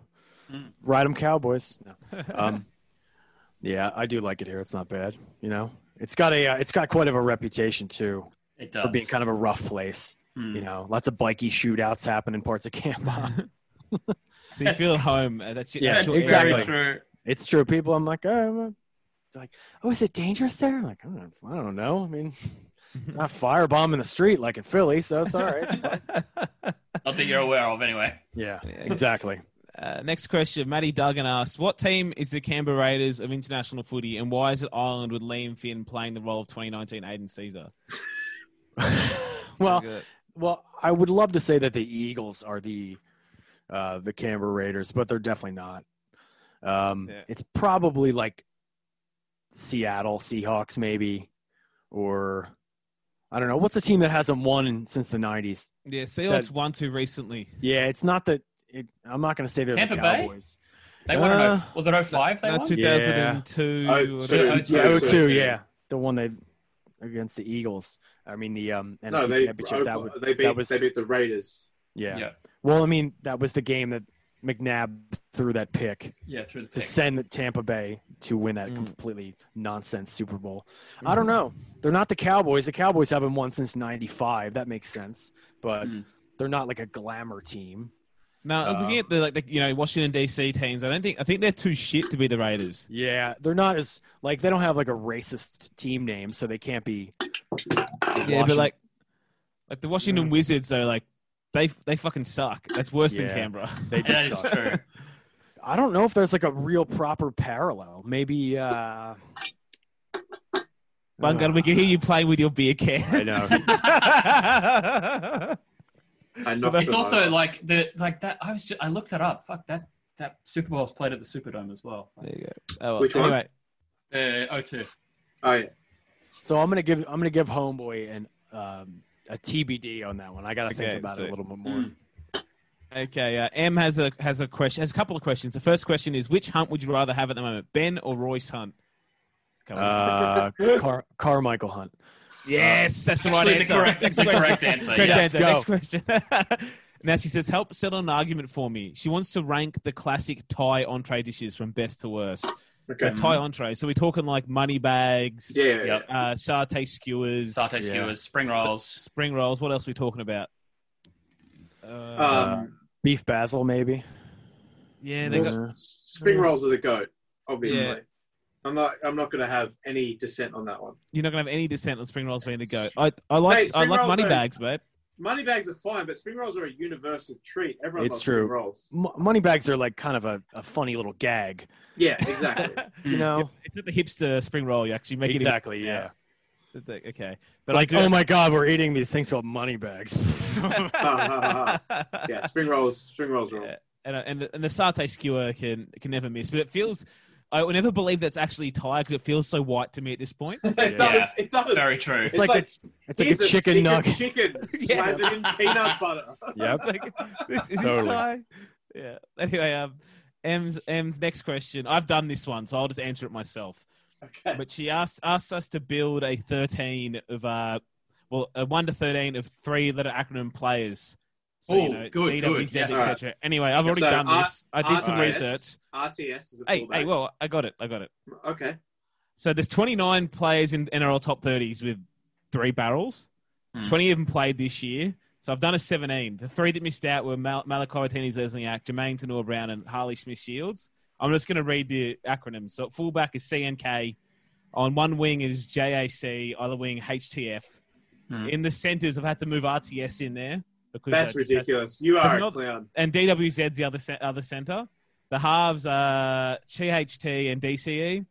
Speaker 4: Mm.
Speaker 5: ride 'em Cowboys. No. Um, yeah, I do like it here. It's not bad. You know, it's got a uh, it's got quite of a reputation too
Speaker 4: It does.
Speaker 5: for being kind of a rough place.
Speaker 4: Hmm.
Speaker 5: You know, lots of bikey shootouts happen in parts of Canberra.
Speaker 3: So you feel at home. Uh, that's your,
Speaker 5: Yeah,
Speaker 3: that's
Speaker 4: That's
Speaker 3: your
Speaker 5: sure. exactly.
Speaker 4: very true.
Speaker 5: it's true. People, I'm like, oh, well," it's like, oh, is it dangerous there? I'm like, I don't, I don't know. I mean, it's not firebombing the street like in Philly, so it's all right.
Speaker 4: Not that you're aware of, anyway.
Speaker 5: yeah, exactly.
Speaker 3: Uh, next question. Matty Duggan asks, what team is the Canberra Raiders of international footy and why is it Ireland with Liam Finn playing the role of 2019 Aiden Caesar?
Speaker 5: well,
Speaker 7: Good.
Speaker 5: Well, I would love to say that the Eagles are the uh, the Canberra Raiders, but they're definitely not. Um,
Speaker 3: Yeah.
Speaker 5: It's probably like Seattle Seahawks, maybe, or I don't know. What's the team that hasn't won since the '90s?
Speaker 3: Yeah, Seahawks won two recently.
Speaker 5: Yeah, it's not that. It, I'm not going to say they're
Speaker 4: Tampa
Speaker 5: the
Speaker 4: Bay?
Speaker 5: Cowboys.
Speaker 4: They won.
Speaker 5: Uh,
Speaker 4: an o- was it 05 they
Speaker 3: No,
Speaker 4: won?
Speaker 3: 2002.
Speaker 2: Oh,
Speaker 3: or
Speaker 2: so-
Speaker 3: whatever.
Speaker 4: Yeah,
Speaker 5: Yeah,
Speaker 2: Yeah,
Speaker 5: oh
Speaker 2: so-
Speaker 5: two, yeah, the one they against the Eagles. I mean the um NFC
Speaker 2: no, they,
Speaker 5: championship. that would,
Speaker 2: they, beat,
Speaker 5: that was
Speaker 2: they beat the Raiders.
Speaker 5: yeah.
Speaker 4: Yeah.
Speaker 5: Well, I mean that was the game that McNabb threw that pick
Speaker 4: Yeah, through the
Speaker 5: to
Speaker 4: pick.
Speaker 5: send Tampa Bay to win that
Speaker 3: Mm.
Speaker 5: completely nonsense Super Bowl. I don't know. They're not the Cowboys. The Cowboys haven't won since '95. That makes sense, but
Speaker 4: Mm.
Speaker 5: they're not like a glamour team.
Speaker 3: No, I was looking
Speaker 5: Um,
Speaker 3: at the like the you know Washington DC teams. I don't think I think they're too shit to be the Raiders.
Speaker 5: Yeah, they're not as like they don't have like a racist team name, so they can't be.
Speaker 3: Yeah, but like like the Washington Wizards though, like they they fucking suck. That's worse
Speaker 5: Yeah.
Speaker 3: than Canberra.
Speaker 5: they
Speaker 4: Yeah,
Speaker 5: just
Speaker 4: that
Speaker 5: suck.
Speaker 4: is true.
Speaker 5: I don't know if there's like a real proper parallel. Maybe. uh
Speaker 3: But God, we can hear you playing with your beer can.
Speaker 5: I know.
Speaker 3: know.
Speaker 2: I knocked
Speaker 4: It's
Speaker 2: them
Speaker 4: also
Speaker 2: over.
Speaker 4: like the like that. I was just, I looked that up. Fuck that. That Super Bowl's played at the Superdome as well.
Speaker 3: there you go. Oh, well.
Speaker 2: Which one?
Speaker 3: anyway,
Speaker 4: Uh, oh two.
Speaker 2: Oh, yeah.
Speaker 5: So I'm gonna give I'm gonna give Homeboy an um, a TBD on that one. I gotta
Speaker 3: Okay,
Speaker 5: think about it
Speaker 3: sweet.
Speaker 5: a little bit more.
Speaker 4: Mm.
Speaker 3: Okay, uh, M has a has a question. Has a couple of questions. The first question is, which Hunt would you rather have at the moment, Ben or Royce Hunt? Come on.
Speaker 5: Uh, Car- Carmichael Hunt.
Speaker 3: yes, that's the right
Speaker 4: Actually,
Speaker 3: answer.
Speaker 4: The correct,
Speaker 3: Next
Speaker 4: the
Speaker 3: question.
Speaker 4: correct answer.
Speaker 3: Correct
Speaker 4: yeah.
Speaker 3: answer.
Speaker 5: go.
Speaker 3: Next question. now she says, help settle an argument for me. She wants to rank the classic Thai entree dishes from best to worst. So
Speaker 2: Okay.
Speaker 3: Thai entree. So we're talking like money bags,
Speaker 2: Yeah, yeah, yeah.
Speaker 4: Yep.
Speaker 3: uh, satay skewers,
Speaker 4: Satay
Speaker 5: Yeah.
Speaker 4: skewers, spring rolls.
Speaker 3: spring rolls. What else are we talking about? Uh,
Speaker 2: Um,
Speaker 5: Beef Basil, maybe.
Speaker 3: yeah, they
Speaker 2: well,
Speaker 3: got
Speaker 5: got-
Speaker 2: s- spring rolls are the goat, obviously.
Speaker 3: Yeah.
Speaker 2: I'm not. I'm not going to have any dissent on that one.
Speaker 3: You're not gonna have any dissent on spring rolls being the goat. I, I like
Speaker 2: Mate,
Speaker 3: I
Speaker 2: spring
Speaker 3: like
Speaker 2: rolls
Speaker 3: money
Speaker 2: are-
Speaker 3: bags, mate.
Speaker 2: Money bags are fine, but spring rolls are a universal treat. Everyone
Speaker 5: It's
Speaker 2: loves
Speaker 5: true.
Speaker 2: spring rolls.
Speaker 5: M- money bags are like kind of a, a funny little gag,
Speaker 2: Yeah, exactly.
Speaker 5: you know?
Speaker 3: it's not the hipster spring roll. You actually Mm. make
Speaker 5: exactly,
Speaker 3: yeah.
Speaker 5: yeah.
Speaker 3: it even- okay.
Speaker 5: But
Speaker 3: I
Speaker 5: like,
Speaker 3: do-
Speaker 5: oh my god, we're eating these things called money bags.
Speaker 2: yeah, spring rolls. Spring rolls are.
Speaker 3: Yeah. and uh, and the, and the satay skewer can can never miss. But it feels I would never believe that's actually Thai because it feels so white to me at this point.
Speaker 2: it
Speaker 4: Yeah.
Speaker 2: does. It does.
Speaker 4: Very true.
Speaker 5: It's like it's like a
Speaker 2: here's
Speaker 5: chicken
Speaker 2: stick of
Speaker 5: nugget.
Speaker 2: Chicken
Speaker 3: Yeah.
Speaker 2: slathered in peanut butter.
Speaker 5: yep.
Speaker 3: It's like this is this
Speaker 5: Totally.
Speaker 3: Thai. Yeah. Anyway, um, M's M's next question. I've done this one, so I'll just answer it myself.
Speaker 2: Okay.
Speaker 3: but she asked asked us to build a 13 of uh well a 1 to 13 of three letter acronym players so you
Speaker 4: Ooh,
Speaker 3: know E
Speaker 4: good,
Speaker 3: leader,
Speaker 4: good,
Speaker 3: reset,
Speaker 4: yes.
Speaker 3: etc anyway i've already
Speaker 2: So,
Speaker 3: done
Speaker 2: R-
Speaker 3: this i did some
Speaker 2: RTS.
Speaker 3: research
Speaker 2: RTS is a
Speaker 3: hey hey
Speaker 2: pullback.
Speaker 3: well i got it i got it
Speaker 2: Okay.
Speaker 3: so there's 29 players in nrl top 30s with three barrels
Speaker 4: Hmm.
Speaker 3: 20 of them played this year so i've done a 17 the three that missed out were Mal- malachi martinez lesniak jermaine Tenor brown and harley smith shields i'm just going to read the acronyms so fullback is cnk on one wing is JAC, other wing HTF.
Speaker 4: Hmm.
Speaker 3: In the centres, I've had to move RTS in there because I
Speaker 2: That's
Speaker 3: just had-
Speaker 2: ridiculous. You
Speaker 3: It's
Speaker 2: are a
Speaker 3: not-
Speaker 2: clown.
Speaker 3: and DWZ's the other ce- other centre. The halves are CHT and DCE.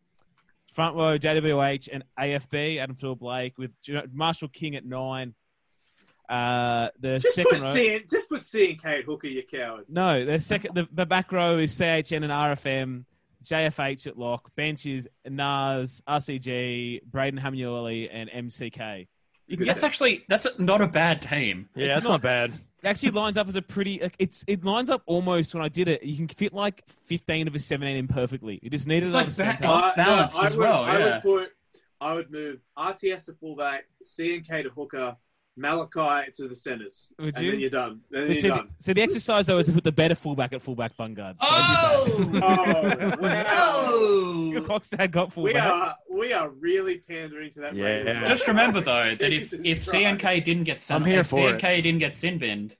Speaker 3: Front row JWH and AFB Adam Phil Blake with you know, Marshall King at nine. Uh, the
Speaker 2: Just
Speaker 3: second
Speaker 2: put,
Speaker 3: row.
Speaker 2: C- just put C and K at hooker, you coward.
Speaker 3: No, the second the, the back row is CHN and RFM, JFH at lock, benches Nas, RCG, Braden Hamuoli, and MCK. You can
Speaker 2: Good
Speaker 3: get,
Speaker 4: That's actually that's not a bad team.
Speaker 5: Yeah,
Speaker 3: It's
Speaker 5: that's
Speaker 3: not-
Speaker 5: not, bad.
Speaker 3: it actually lines up as a pretty. like, It's it lines up almost when I did it. You can fit like fifteen of a seventeen in perfectly. You just
Speaker 4: It's
Speaker 3: needed another
Speaker 4: like back-
Speaker 3: center.
Speaker 4: Oh, balanced
Speaker 2: I
Speaker 4: as
Speaker 2: would,
Speaker 4: well,
Speaker 2: I
Speaker 4: yeah.
Speaker 2: would put. I would move RTS to fullback, C and K to hooker, Malachi to the centers,
Speaker 3: Would
Speaker 2: and
Speaker 3: you?
Speaker 2: then you're done. Then
Speaker 3: so,
Speaker 2: you're
Speaker 3: the,
Speaker 2: done.
Speaker 3: so the exercise though is to put the better fullback at fullback Bungard. So I
Speaker 2: Oh, wow.
Speaker 3: did that.
Speaker 4: Oh.
Speaker 3: Cockstad got
Speaker 2: We
Speaker 3: fullback.
Speaker 2: are we are really pandering to that.
Speaker 5: Yeah.
Speaker 2: Raiders
Speaker 4: Just remember though that if
Speaker 2: Jesus
Speaker 4: if
Speaker 2: Christ.
Speaker 4: CNK didn't get sent,
Speaker 5: I'm here
Speaker 4: if
Speaker 5: for it.
Speaker 4: CNK didn't get Sinbin,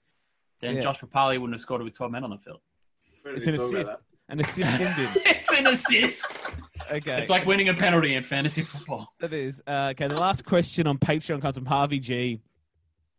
Speaker 4: then
Speaker 3: Yeah.
Speaker 4: Josh Papali wouldn't have scored with twelve men on the field.
Speaker 2: We're gonna
Speaker 3: It's an
Speaker 2: talk about
Speaker 3: assist.
Speaker 2: that.
Speaker 3: An assist in bin.
Speaker 4: it's an assist.
Speaker 3: Okay.
Speaker 4: It's like winning a penalty in fantasy football.
Speaker 3: That is. Uh, okay, the last question on Patreon comes from Harvey G.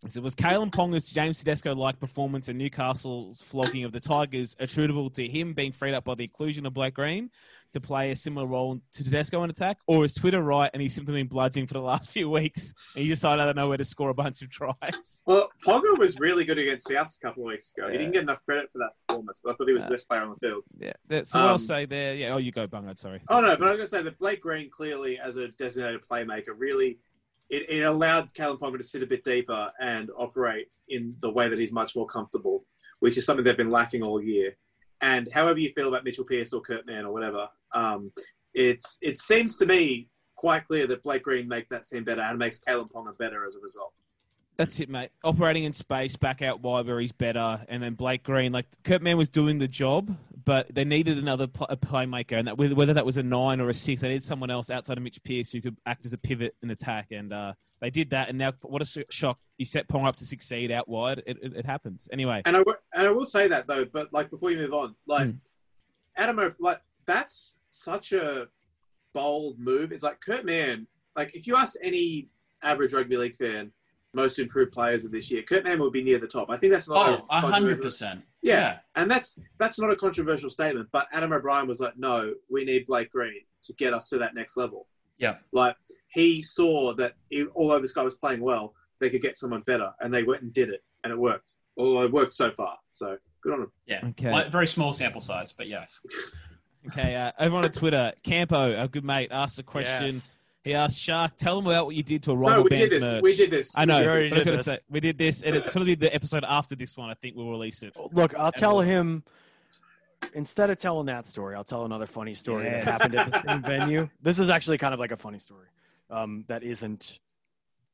Speaker 3: He said, Was Kalen Ponga's James Tedesco like performance in Newcastle's flogging of the Tigers attributable to him being freed up by the inclusion of Black Green to play a similar role to Tedesco in attack? Or is Twitter right and he's simply been bludgeoning for the last few weeks and he decided out of nowhere to score a bunch of tries?
Speaker 2: Well, Pogba was really good against Souths a couple of weeks ago. He didn't get enough credit for that performance. touchdowns, but I thought he was the best player on the field.
Speaker 3: Yeah. That, so what I'll
Speaker 2: Um,
Speaker 3: say there, yeah. Oh, you go, Bungo. Sorry.
Speaker 2: Oh no, but I was gonna say that Blake Green clearly as a designated playmaker really it, it allowed Callum Ponga to sit a bit deeper and operate in the way that he's much more comfortable, which is something they've been lacking all year. And however you feel about Mitchell Pearce or Kurtman or whatever, um, it's it seems to me quite clear that Blake Green makes that team better and makes Callum Ponga better as a result.
Speaker 3: That's it, mate. Operating in space, back out wide where he's better, and then Blake Green. Like Kurtman was doing the job, but they needed another pl- a playmaker, and that whether whether that was a nine or a six, they needed someone else outside of Mitch Pearce who could act as a pivot and attack, and uh, they did that. And now, what a su- shock! You set Pong up to succeed out wide. It, it, it happens anyway.
Speaker 2: And I w- and I will say that though, but like before you move on, like
Speaker 4: Hmm.
Speaker 2: Adam, O- like that's such a bold move. It's like Kurt Mann. Like if you asked any average rugby league fan, most improved players of this year, Kurt Mann would be near the top. I think that's not
Speaker 4: Oh,
Speaker 2: a
Speaker 4: hundred
Speaker 2: controversial-
Speaker 4: percent.
Speaker 2: Yeah. and that's that's not a controversial statement. But Adam O'Brien was like, no, we need Blake Green to get us to that next level.
Speaker 4: Yeah.
Speaker 2: like he saw that he, although this guy was playing well, they could get someone better, and they went and did it, and it worked. Although it worked so far, so good on him.
Speaker 4: yeah.
Speaker 3: Okay.
Speaker 4: Like, very small sample size, but yes.
Speaker 3: Okay, uh, over on Twitter, Campo, our good mate, asked a question.
Speaker 5: Yes.
Speaker 3: He asked Shark, "Tell them about what you did to a
Speaker 2: no,
Speaker 3: rival
Speaker 2: we
Speaker 3: band's
Speaker 2: did this.
Speaker 3: merch."
Speaker 2: We did this.
Speaker 3: I know.
Speaker 5: We already
Speaker 3: but I
Speaker 5: did
Speaker 3: was gonna
Speaker 5: this.
Speaker 3: say, we did this, and it's going to be the episode after this one. I think we'll release it.
Speaker 5: Look, I'll tell him instead of telling that story, I'll tell another funny story
Speaker 3: Yes.
Speaker 5: that happened at the same venue. This is actually kind of like a funny story um, that isn't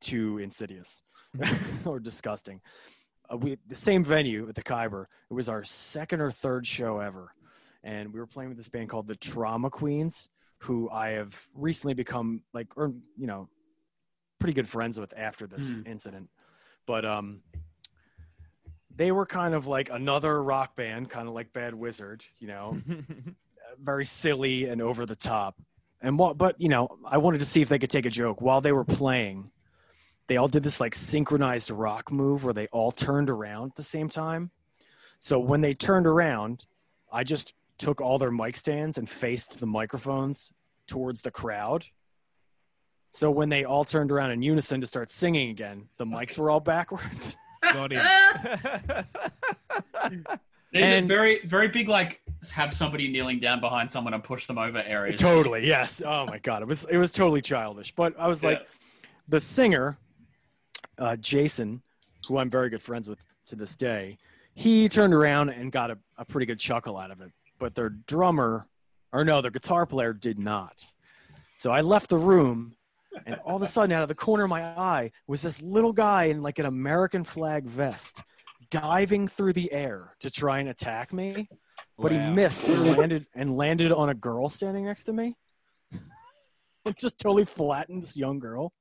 Speaker 5: too insidious or disgusting. Uh, we the same venue at the Khyber. It was our second or third show ever, and we were playing with this band called the Trauma Queens, who I have recently become like, or you know, pretty good friends with after this
Speaker 4: Hmm.
Speaker 5: incident. But um, they were kind of like another rock band, kind of like Bad Wizard, you know, very silly and over the top. And what, but you know, I wanted to see if they could take a joke while they were playing. They all did this like synchronized rock move where they all turned around at the same time. So when they turned around, I just took all their mic stands and faced the microphones towards the crowd. So when they all turned around in unison to start singing again, the mics were all backwards.
Speaker 3: Got him.
Speaker 4: There's
Speaker 5: And-
Speaker 4: a very, very big like have somebody kneeling down behind someone and push them over areas.
Speaker 5: Totally, yes. Oh my god, it was it was totally childish. But I was
Speaker 4: Yeah.
Speaker 5: like, the singer, uh, Jason, who I'm very good friends with to this day, he turned around and got a, a pretty good chuckle out of it. But their drummer, or no, their guitar player did not. So I left the room, and all of a sudden, out of the corner of my eye, was this little guy in like an American flag vest diving through the air to try and attack me but
Speaker 3: Wow.
Speaker 5: he missed and landed and landed on a girl standing next to me. it just totally flattened this young girl,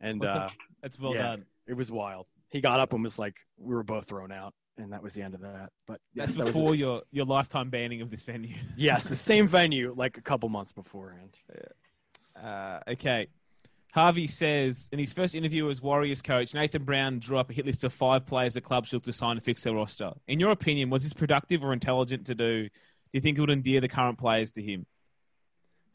Speaker 5: and
Speaker 3: What the-
Speaker 5: uh,
Speaker 3: That's well
Speaker 5: Yeah.
Speaker 3: done.
Speaker 5: it was wild. He got up and was like, "We were both thrown out," and that was the end of that. But
Speaker 3: That's
Speaker 5: yes, that was
Speaker 3: before your, your lifetime banning of this venue.
Speaker 5: yes, the same venue like a couple months beforehand.
Speaker 3: Uh, okay. Harvey says in his first interview as Warriors coach, Nathan Brown drew up a hit list of five players the club should to sign and fix their roster. In your opinion, was this productive or intelligent to do? Do you think it would endear the current players to him?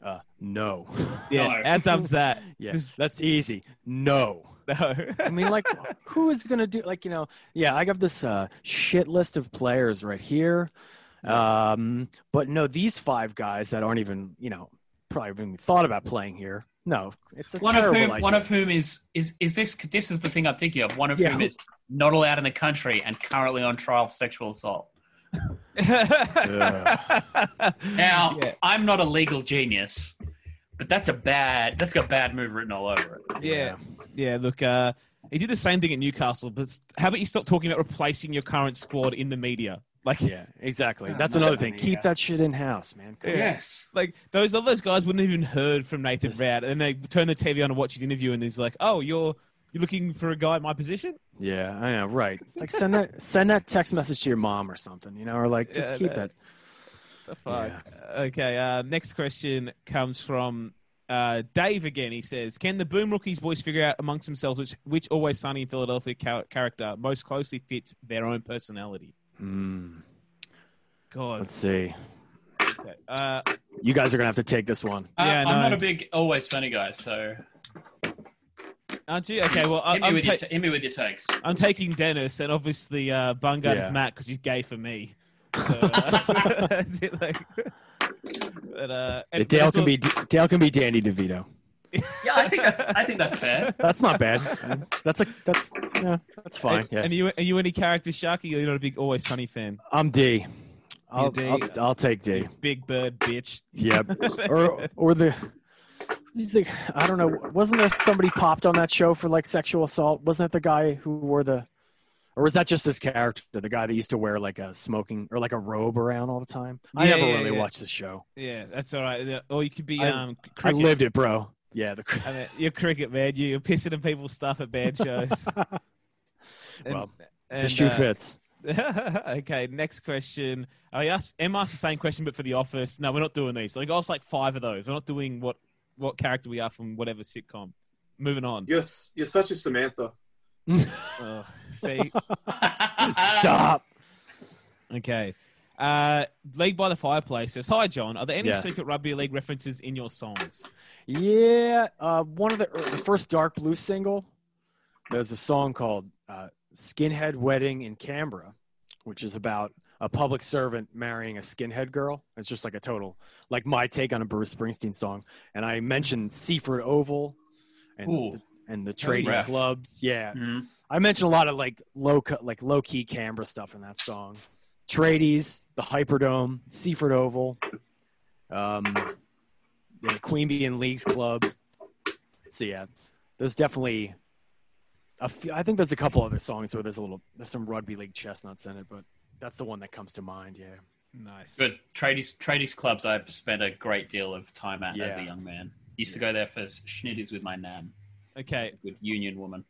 Speaker 5: Uh, no,
Speaker 3: Yeah,
Speaker 4: No.
Speaker 3: how dumb's that?
Speaker 5: yeah,
Speaker 3: Just-
Speaker 5: that's easy. No.
Speaker 3: No.
Speaker 5: I mean, like, who is gonna do like you know? Yeah, I got this uh, shit list of players right here, um, but no, these five guys that aren't even you know probably even thought about playing here. No, it's a
Speaker 4: One of
Speaker 5: terrible
Speaker 4: whom,
Speaker 5: idea.
Speaker 4: one of whom is is is this? This is the thing I'm thinking of. One of
Speaker 5: Yeah.
Speaker 4: whom is not allowed in the country and currently on trial for sexual assault. Now,
Speaker 3: Yeah.
Speaker 4: I'm not a legal genius, but that's a bad. That's got bad move written all over it.
Speaker 3: Yeah, yeah. Look, uh, he did the same thing at Newcastle, but s- how about you stop talking about replacing your current squad in the media? Like,
Speaker 5: yeah, exactly.
Speaker 4: Yeah,
Speaker 5: That's
Speaker 4: no,
Speaker 5: another thing.
Speaker 4: yeah.
Speaker 5: Keep that shit in house, man. Come on.
Speaker 4: Yes.
Speaker 3: like those other those guys wouldn't have even heard from Nathan
Speaker 5: Yes.
Speaker 3: Brown, and they turn the TV on and watch his interview, and he's like, "Oh, you're you're looking for a guy in my position?
Speaker 5: Yeah, I know, right? It's like send that send that text message to your mom or something, you know, or like just
Speaker 3: Yeah,
Speaker 5: keep
Speaker 3: no.
Speaker 5: that.
Speaker 3: The fuck." Okay. Uh, next question comes from. Uh, Dave again, he says, "Can the Boom Rookies boys figure out amongst themselves which which Always Sunny in Philadelphia ca- character most closely fits their own personality?"
Speaker 5: Hmm,
Speaker 3: God,
Speaker 5: let's see.
Speaker 3: okay. uh,
Speaker 5: You guys are gonna have to take this one.
Speaker 4: I-
Speaker 3: Yeah, no.
Speaker 4: Uh, I'm not a big always funny guy, so
Speaker 3: aren't you? Okay, well, I,
Speaker 4: hit, me
Speaker 3: I'm,
Speaker 4: with
Speaker 3: ta-
Speaker 4: your t- hit me with your takes.
Speaker 3: I'm taking Dennis, and obviously uh, Bungard is
Speaker 5: Yeah.
Speaker 3: Matt because he's gay for me. So, uh, that's it, like- but, uh, and-
Speaker 5: Dale
Speaker 3: but
Speaker 5: can be
Speaker 3: it's
Speaker 5: Dale can be Danny DeVito.
Speaker 4: Yeah, I think that's I think that's fair.
Speaker 5: That's not bad. that's a that's yeah, that's
Speaker 3: all-
Speaker 5: fine.
Speaker 3: And,
Speaker 5: yeah.
Speaker 3: and you, are you any character Sharky? You're not a big Always Sunny fan.
Speaker 5: I'm D. I'll,
Speaker 3: D.
Speaker 5: I'll, I'll take D.
Speaker 3: Big Bird, bitch.
Speaker 5: Yep. or or the who's the- I don't know. Wasn't there somebody popped on that show for like sexual assault? Wasn't that the guy who wore the or was that just his character, the guy that used to wear like a smoking or like a robe around all the time? I
Speaker 3: Yeah,
Speaker 5: never
Speaker 3: yeah,
Speaker 5: really
Speaker 3: yeah.
Speaker 5: watched the show.
Speaker 3: Yeah, that's all right. Yeah, Or you could be
Speaker 5: I-
Speaker 3: um, cricket.
Speaker 5: I lived it, bro. Yeah, the
Speaker 3: I mean, you're cricket, man. You- You're pissing in people's stuff at bad shoes. And-
Speaker 5: Well,
Speaker 3: and,
Speaker 5: the shoe
Speaker 3: uh,
Speaker 5: fits.
Speaker 3: okay, next question. I asked Em asked the same question, but for the office. No, we're not doing these. Like I was like five of those. We're not doing what what character we are from whatever sitcom. Moving on.
Speaker 2: You're s- you're such a Samantha.
Speaker 3: Ugh, see,
Speaker 5: Stop.
Speaker 3: okay. Uh, League by the Fireplace says, "Hi, John. Are there any
Speaker 5: Yes.
Speaker 3: secret rugby league references in your songs?"
Speaker 5: Yeah, uh, one of the, er, the first Dark Blue single. There's a song called uh, "Skinhead Wedding in Canberra," which is about a public servant marrying a skinhead girl. It's just like a total, like my take on a Bruce Springsteen song. And I mentioned Seaford Oval and
Speaker 4: Ooh.
Speaker 5: the, and the tradies
Speaker 4: ref.
Speaker 5: clubs. Yeah,
Speaker 4: Mm.
Speaker 5: I mentioned a lot of like low cut, like low key Canberra stuff in that song. Trades, the Hyperdome, Seaford Oval, um, the Queen Bee and Leagues Club. So yeah, there's definitely a few, I think there's a couple other songs where there's a little there's some rugby league chestnuts in it, but that's the one that comes to mind. Yeah,
Speaker 3: Nice.
Speaker 4: Good tradies tradies clubs. I've spent a great deal of time at as
Speaker 5: Yeah.
Speaker 4: a young man. Used to go there for schnitties with my nan,
Speaker 3: Okay,
Speaker 4: a good union woman.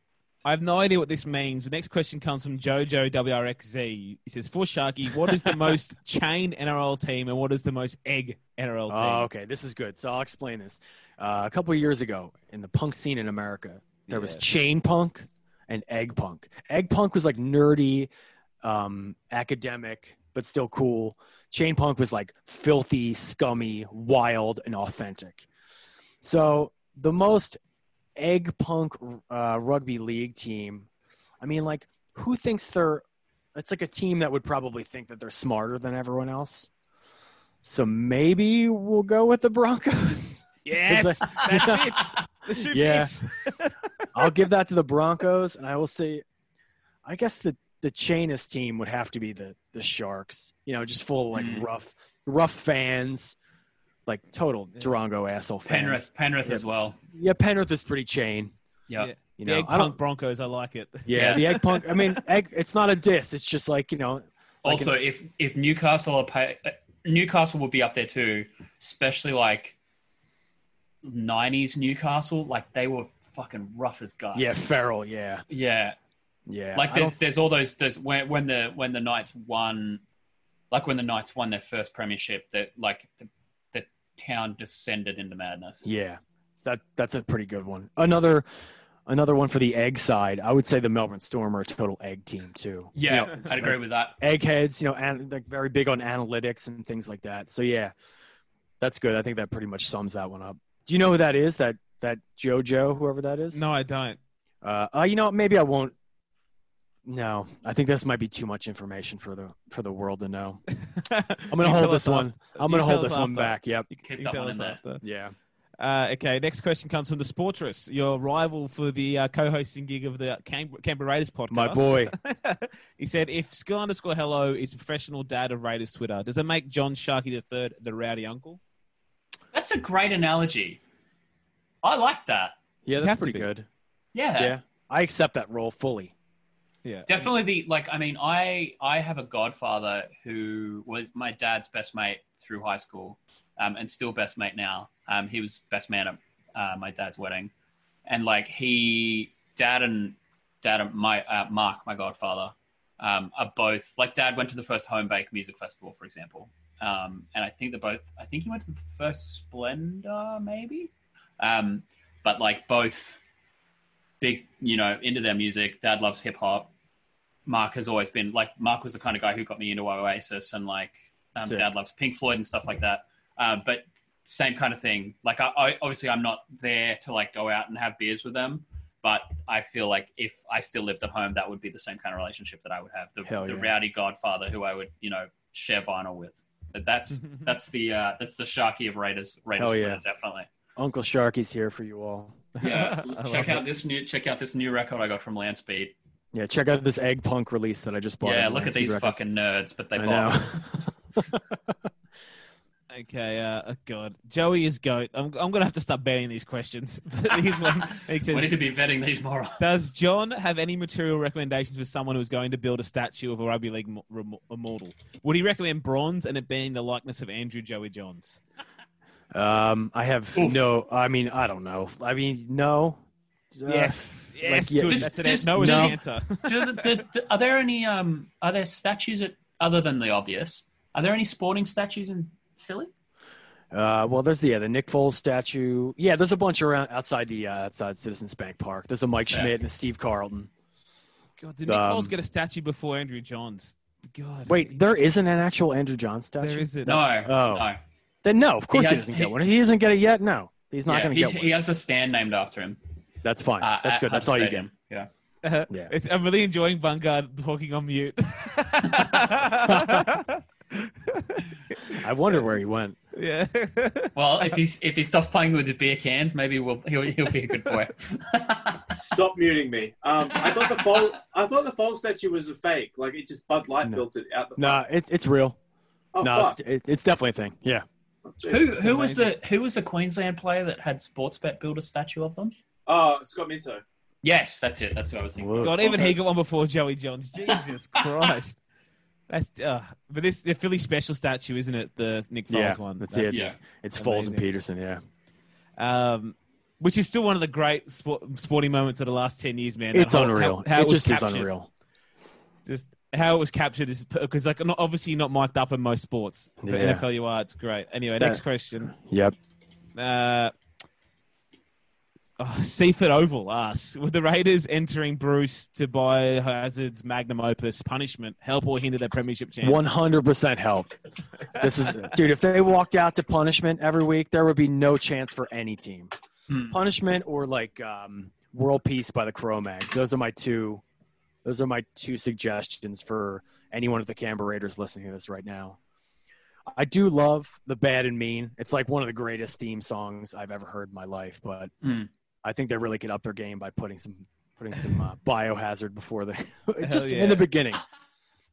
Speaker 3: I have no idea what this means. The next question comes from Jojo WRXZ. He says, "For Sharky, what is the most chain NRL team and what is the most egg NRL team?"
Speaker 5: Oh, okay. This is good. So I'll explain this. Uh, a couple of years ago, in the punk scene in America, there was
Speaker 3: Yeah.
Speaker 5: chain punk and egg punk. Egg punk was like nerdy, um, academic, but still cool. Chain punk was like filthy, scummy, wild, and authentic. So the most egg punk uh, rugby league team. I mean, like, who thinks they're? It's like a team that would probably think that they're smarter than everyone else. So maybe we'll go with the Broncos.
Speaker 3: Yes, that's it. The shoe
Speaker 5: Yeah.
Speaker 3: fits.
Speaker 5: I'll give that to the Broncos, and I will say, I guess the the Chainus team would have to be the the Sharks. You know, just full of like
Speaker 4: Mm.
Speaker 5: rough rough fans, like total
Speaker 3: Yeah.
Speaker 5: Durango asshole fans.
Speaker 4: Penrith, Penrith
Speaker 5: Yeah.
Speaker 4: as well.
Speaker 5: Yeah, Penrith is pretty chain.
Speaker 4: Yeah,
Speaker 3: Yeah.
Speaker 5: You
Speaker 3: The
Speaker 5: know,
Speaker 3: egg
Speaker 5: I don't-
Speaker 3: punk Broncos, I like it.
Speaker 5: Yeah,
Speaker 4: Yeah.
Speaker 5: the egg punk. I mean, egg. It's not a diss. It's just like you know, Like
Speaker 4: also, if if Newcastle are pay, uh, Newcastle would be up there too, especially like '90s Newcastle. Like they were fucking rough as guys.
Speaker 5: yeah, feral. Yeah,
Speaker 4: yeah.
Speaker 5: yeah.
Speaker 4: Like
Speaker 5: I
Speaker 4: there's
Speaker 5: don't-
Speaker 4: there's all those there's when when the when the Knights won, like when the Knights won their first premiership, that like the, the town descended into madness.
Speaker 5: Yeah, So that that's a pretty good one. Another another one for the egg side. I would say the Melbourne Storm are a total egg team too.
Speaker 4: Yeah,
Speaker 5: You know, it's
Speaker 4: I'd agree
Speaker 5: like
Speaker 4: with that.
Speaker 5: Eggheads, you know, and like very big on analytics and things like that. So yeah, that's good. I think that pretty much sums that one up. Do you know who that is? That that JoJo, whoever that is.
Speaker 3: No, I don't.
Speaker 5: Uh, uh, you know, what? maybe I won't. No, I think this might be too much information for the for the world to know.
Speaker 3: I'm
Speaker 5: I'm gonna hold this one. I'm gonna hold this one back. Yep.
Speaker 3: You
Speaker 4: Keep
Speaker 3: you
Speaker 4: that
Speaker 3: tell
Speaker 4: one
Speaker 3: us
Speaker 4: in there.
Speaker 3: after.
Speaker 5: Yeah.
Speaker 3: Uh, okay, next question comes from the Sportress, your rival for the uh, co-hosting gig of the Can- Canberra Raiders podcast.
Speaker 5: My boy.
Speaker 3: he said, "If Sky underscore Hello is a professional dad of Raiders Twitter, does it make John Sharkey the third the rowdy uncle?"
Speaker 4: That's a great analogy. I like that.
Speaker 5: Yeah,
Speaker 3: have
Speaker 5: that's
Speaker 3: to
Speaker 5: pretty
Speaker 3: be.
Speaker 5: good.
Speaker 4: Yeah.
Speaker 5: Yeah. I accept that role fully.
Speaker 3: Yeah,
Speaker 4: Definitely the like I mean I I have a godfather who was my dad's best mate through high school um, and still best mate now. Um, he was best man at uh, my dad's wedding. And like he dad and dad and my uh, Mark, my godfather, um, are both like dad went to the first home bake music festival, for example. Um, and I think they both I think he went to the first Splendor maybe. Um, but like both big, you know, into their music. Dad loves hip hop. Mark has always been like Mark was the kind of guy who got me into Oasis and like um,
Speaker 5: Sick.
Speaker 4: Dad loves Pink Floyd and stuff like that. Uh, but same kind of thing. Like I, I obviously I'm not there to like go out and have beers with them, but I feel like if I still lived at home, that would be the same kind of relationship that I would have. The,
Speaker 5: Hell
Speaker 4: the
Speaker 5: yeah.
Speaker 4: rowdy godfather who I would you know share vinyl with. But that's that's the uh, that's the Sharky of Raiders. Raiders
Speaker 5: Hell yeah.
Speaker 4: Twitter, definitely.
Speaker 5: Uncle Sharky's here for you all.
Speaker 4: Yeah,
Speaker 3: I
Speaker 4: check
Speaker 3: love
Speaker 4: out this new check out this new record I got from Land Speed.
Speaker 5: Yeah, check out this egg punk release that I just bought.
Speaker 4: Yeah,
Speaker 5: on
Speaker 4: look at
Speaker 5: Lansky
Speaker 4: these
Speaker 5: Records.
Speaker 4: fucking nerds, but they
Speaker 5: I
Speaker 4: bought.
Speaker 5: know.
Speaker 3: it. Okay, uh, oh God, Joey is goat. I'm, I'm gonna have to stop banning these questions. But here's one. He
Speaker 4: We
Speaker 3: says,
Speaker 4: need to be vetting these more.
Speaker 3: Does John have any material recommendations for someone who's going to build a statue of a rugby league mo- remo- immortal? Would he recommend bronze and it being the likeness of Andrew Joey Johns?
Speaker 5: um, I have
Speaker 4: Oof.
Speaker 5: no. I mean, I don't know. I mean, no.
Speaker 3: yes, yes,
Speaker 5: Uh, yeah,
Speaker 3: good.
Speaker 4: just-
Speaker 3: That's an
Speaker 4: just
Speaker 3: answer. No, is
Speaker 4: no.
Speaker 3: an answer.
Speaker 4: do, the- do, do, are there any um are there statues at, other than the obvious? Are there any sporting statues in Philly?
Speaker 5: Uh, well, there's yeah, the Nick Foles statue. Yeah, there's a bunch around outside the uh, outside Citizens Bank Park. There's a Mike
Speaker 4: Yeah.
Speaker 5: Schmidt and a Steve Carlton.
Speaker 3: God, did Nick
Speaker 5: Um,
Speaker 3: Foles get a statue before Andrew Johns? God,
Speaker 5: Wait, there isn't an actual Andrew John statue.
Speaker 3: there is it.
Speaker 4: No,
Speaker 5: Oh.
Speaker 4: no.
Speaker 5: Then no, of course he,
Speaker 4: has-
Speaker 5: doesn't
Speaker 4: he-
Speaker 5: get one. If He doesn't get it yet. No, he's not
Speaker 4: Yeah,
Speaker 5: going to
Speaker 4: he's-
Speaker 5: get one.
Speaker 4: He has a stand named after him.
Speaker 5: That's fine.
Speaker 4: uh,
Speaker 5: That's
Speaker 4: at
Speaker 5: good. That's
Speaker 4: Hunter
Speaker 5: all you get.
Speaker 4: Stadium. Yeah.
Speaker 5: Yeah.
Speaker 3: Uh-huh. It's, I'm really enjoying Vanguard talking on mute.
Speaker 5: I wonder where he went.
Speaker 3: yeah.
Speaker 4: Well, if he's if he stops playing with the beer cans, maybe we'll he'll, he'll be a good boy.
Speaker 2: Stop muting me. Um, I thought the fault. I thought the fault statue was a fake. Like it just Bud Light
Speaker 5: No.
Speaker 2: built it out. The
Speaker 5: No, it, it's real.
Speaker 2: oh,
Speaker 5: no,
Speaker 2: fuck.
Speaker 5: it's, it, it's definitely a thing. Yeah.
Speaker 4: who who was the
Speaker 3: amazing.
Speaker 4: who was the Queensland player that had Sportsbet build a statue of them?
Speaker 2: Oh, Scott Minto.
Speaker 4: Yes, that's it. That's what I was thinking.
Speaker 5: Whoa.
Speaker 3: God, even he got one before Joey Johns. Jesus Christ. That's uh, but this the Philly special statue, isn't it? The Nick Foles
Speaker 5: Yeah,
Speaker 3: one.
Speaker 5: that's, it. It's,
Speaker 4: Yeah.
Speaker 5: it's Foles and
Speaker 3: amazing.
Speaker 5: Peterson. Yeah,
Speaker 3: Um, which is still one of the great sport, sporting moments of the last ten years, man. That
Speaker 5: it's
Speaker 3: whole-
Speaker 5: unreal.
Speaker 3: How, how
Speaker 5: it
Speaker 3: was
Speaker 5: just is
Speaker 3: captured.
Speaker 5: unreal.
Speaker 3: Just how it was captured is because like not, obviously you're not mic'd up in most sports, but
Speaker 5: Yeah.
Speaker 3: NFL you are. It's great. Anyway,
Speaker 5: That-
Speaker 3: next question.
Speaker 5: Yep.
Speaker 3: Uh, oh, Seaford Oval asks: Would the Raiders entering Bruce to buy Hazard's magnum opus punishment help or hinder their premiership chance?
Speaker 5: One hundred percent help. This is, dude. If they walked out to punishment every week, there would be no chance for any team.
Speaker 4: Hmm.
Speaker 5: Punishment or like um, World Peace by the Cro-Mags. Those are my two. Those are my two suggestions for anyone of the Canberra Raiders listening to this right now. I do love the Bad and Mean. It's like one of the greatest theme songs I've ever heard in my life. But
Speaker 4: Hmm.
Speaker 5: I think they really could up their game by putting some putting some uh, biohazard before the just
Speaker 3: yeah.
Speaker 5: in the beginning.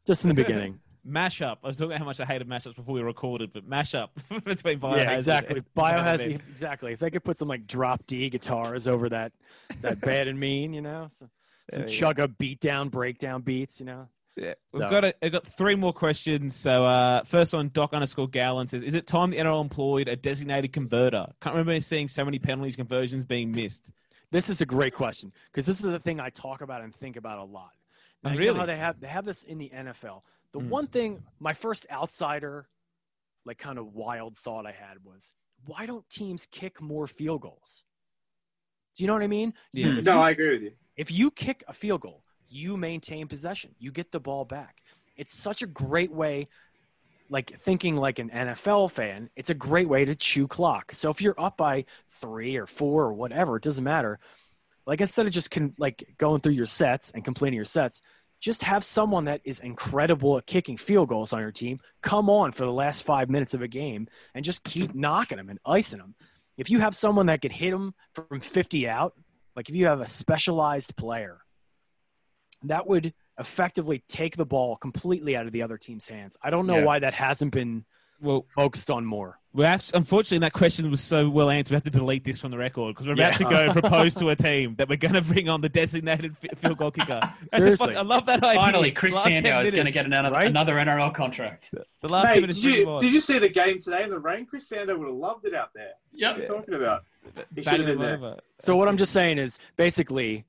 Speaker 5: Just in the beginning.
Speaker 3: Mashup. I was talking about how much I hated mashups before we recorded, but mashup between Biohazard.
Speaker 5: yeah, exactly.
Speaker 3: and-
Speaker 5: Biohazard. Exactly. If they could put some like drop D guitars over that that bad and mean, you know, some, some
Speaker 3: Yeah, yeah.
Speaker 5: chugga beat down breakdown beats, you know.
Speaker 3: Yeah. We've
Speaker 5: So-
Speaker 3: got a, I've got three more questions. So uh, first one, Doc underscore Gallen says, "Is it time the NRL employed a designated converter? Can't remember seeing so many penalties conversions being missed.
Speaker 5: This is a great question because this is the thing I talk about and think about a lot. Now,
Speaker 3: Oh,
Speaker 5: you know
Speaker 3: really?
Speaker 5: how they have they have this in the NFL. The
Speaker 3: Mm.
Speaker 5: one thing my first outsider, like kind of wild thought I had was, why don't teams kick more field goals? Do you know what I mean?
Speaker 3: Yeah.
Speaker 5: If
Speaker 2: No,
Speaker 5: you-
Speaker 2: I agree with you.
Speaker 5: if you kick a field goal, you maintain possession. You get the ball back. It's such a great way, like thinking like an NFL fan, it's a great way to chew clock. So if you're up by three or four or whatever, it doesn't matter. Like instead of just con- like going through your sets and completing your sets, just have someone that is incredible at kicking field goals on your team come on for the last five minutes of a game and just keep knocking them and icing them. If you have someone that can hit them from 50 out, like if you have a specialized player that would effectively take the ball completely out of the other team's hands i don't know
Speaker 4: Yeah.
Speaker 5: why that hasn't been
Speaker 3: Well,
Speaker 5: focused on more
Speaker 3: we have, unfortunately, that question was so well answered. We have to delete this from the record because we're about
Speaker 5: Yeah.
Speaker 3: to go propose to a team that we're going to bring on the designated f- field goal kicker. That's a
Speaker 5: Seriously.
Speaker 3: fuck- I love that idea.
Speaker 4: Finally, Chris
Speaker 3: Last 10
Speaker 4: Sandow is going to
Speaker 3: minutes.
Speaker 4: get another
Speaker 5: right?
Speaker 4: another NRL contract.
Speaker 3: the last
Speaker 2: Mate,
Speaker 3: ten
Speaker 2: did
Speaker 3: minutes.
Speaker 2: you, did you see the game today in the rain? Chris Sando would have loved it out there. What
Speaker 4: Yep.
Speaker 2: are you talking about? He should have been there.
Speaker 5: so what i'm just saying is basically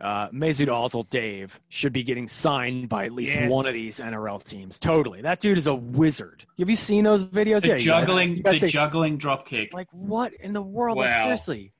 Speaker 5: uh, Mesut Ozil, Dave should be getting signed by at least
Speaker 3: Yes.
Speaker 5: one of these NRL teams. Totally, that dude is a wizard. Have you seen those videos?
Speaker 4: The
Speaker 5: yeah, you guys-
Speaker 4: juggling,
Speaker 5: you guys
Speaker 4: the
Speaker 5: say,
Speaker 4: juggling drop kick.
Speaker 5: like what in the world? Like
Speaker 4: Wow.
Speaker 5: seriously,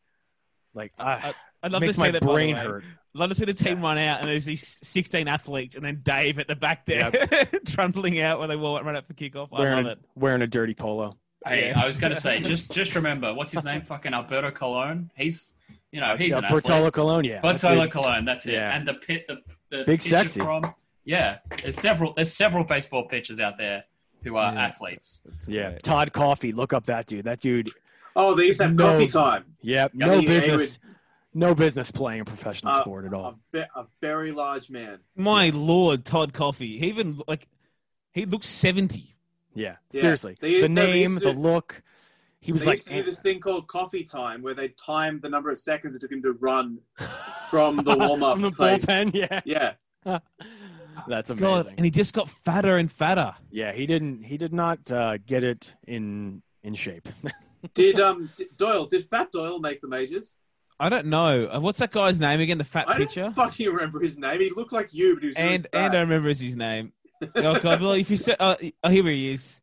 Speaker 5: like uh,
Speaker 3: I'd love
Speaker 5: makes
Speaker 3: to see
Speaker 5: my
Speaker 3: that, by the
Speaker 5: brain
Speaker 3: way.
Speaker 5: hurt.
Speaker 3: Love to see the team run out, and there's these 16 athletes, and then Dave at the back there, trundling out when they wa- run up for kickoff. I
Speaker 5: Wearing
Speaker 3: love
Speaker 5: a,
Speaker 3: it.
Speaker 5: wearing a dirty polo.
Speaker 4: Hey,
Speaker 3: Yes.
Speaker 4: I was going to say, just just remember, what's his name? Fucking Alberto Colon. He's, you know, he's
Speaker 5: yeah,
Speaker 4: an
Speaker 5: Bertolo Colon, yeah. That dude-
Speaker 4: Bertolo Colon. That's it.
Speaker 5: Yeah.
Speaker 4: And the pit, the, the
Speaker 5: Big
Speaker 4: pitch
Speaker 5: sexy.
Speaker 4: From, yeah, there's several. There's several baseball pitchers out there who are
Speaker 3: Yeah.
Speaker 4: athletes.
Speaker 3: That's
Speaker 5: Yeah,
Speaker 3: great.
Speaker 5: Todd Coffee. Look up that dude. That dude.
Speaker 2: Oh, they used to have
Speaker 5: No.
Speaker 2: coffee time.
Speaker 5: Yep.
Speaker 4: Yeah,
Speaker 5: no
Speaker 2: I mean,
Speaker 5: business. No business playing a professional
Speaker 2: Uh,
Speaker 5: sport at
Speaker 2: A,
Speaker 5: all.
Speaker 2: ve- a very large man.
Speaker 3: My lord, Todd Coffey. He even like he looks seventy.
Speaker 5: Yeah.
Speaker 2: Yeah.
Speaker 5: Seriously.
Speaker 2: They-
Speaker 5: the
Speaker 2: no, they
Speaker 5: name,
Speaker 2: used to-
Speaker 5: the look. He was
Speaker 2: they
Speaker 5: like,
Speaker 2: used to do this thing called coffee time, where they timed the number of seconds it took him to run from the warm up
Speaker 5: from the
Speaker 2: place.
Speaker 5: bullpen. Yeah.
Speaker 2: Yeah,
Speaker 5: That's amazing.
Speaker 3: God, and he just got fatter and fatter.
Speaker 5: Yeah, he didn't. He did not uh, get it in in shape.
Speaker 2: did um d- Doyle? Did Fat Doyle make the majors?
Speaker 3: I don't know. Uh, What's that guy's name again? The fat
Speaker 2: I don't
Speaker 3: pitcher.
Speaker 2: fucking remember his name. He looked like you, but he was really
Speaker 3: and
Speaker 2: fat.
Speaker 3: and I remember his- his name. Oh God! Well, if you said, oh, oh, here he is,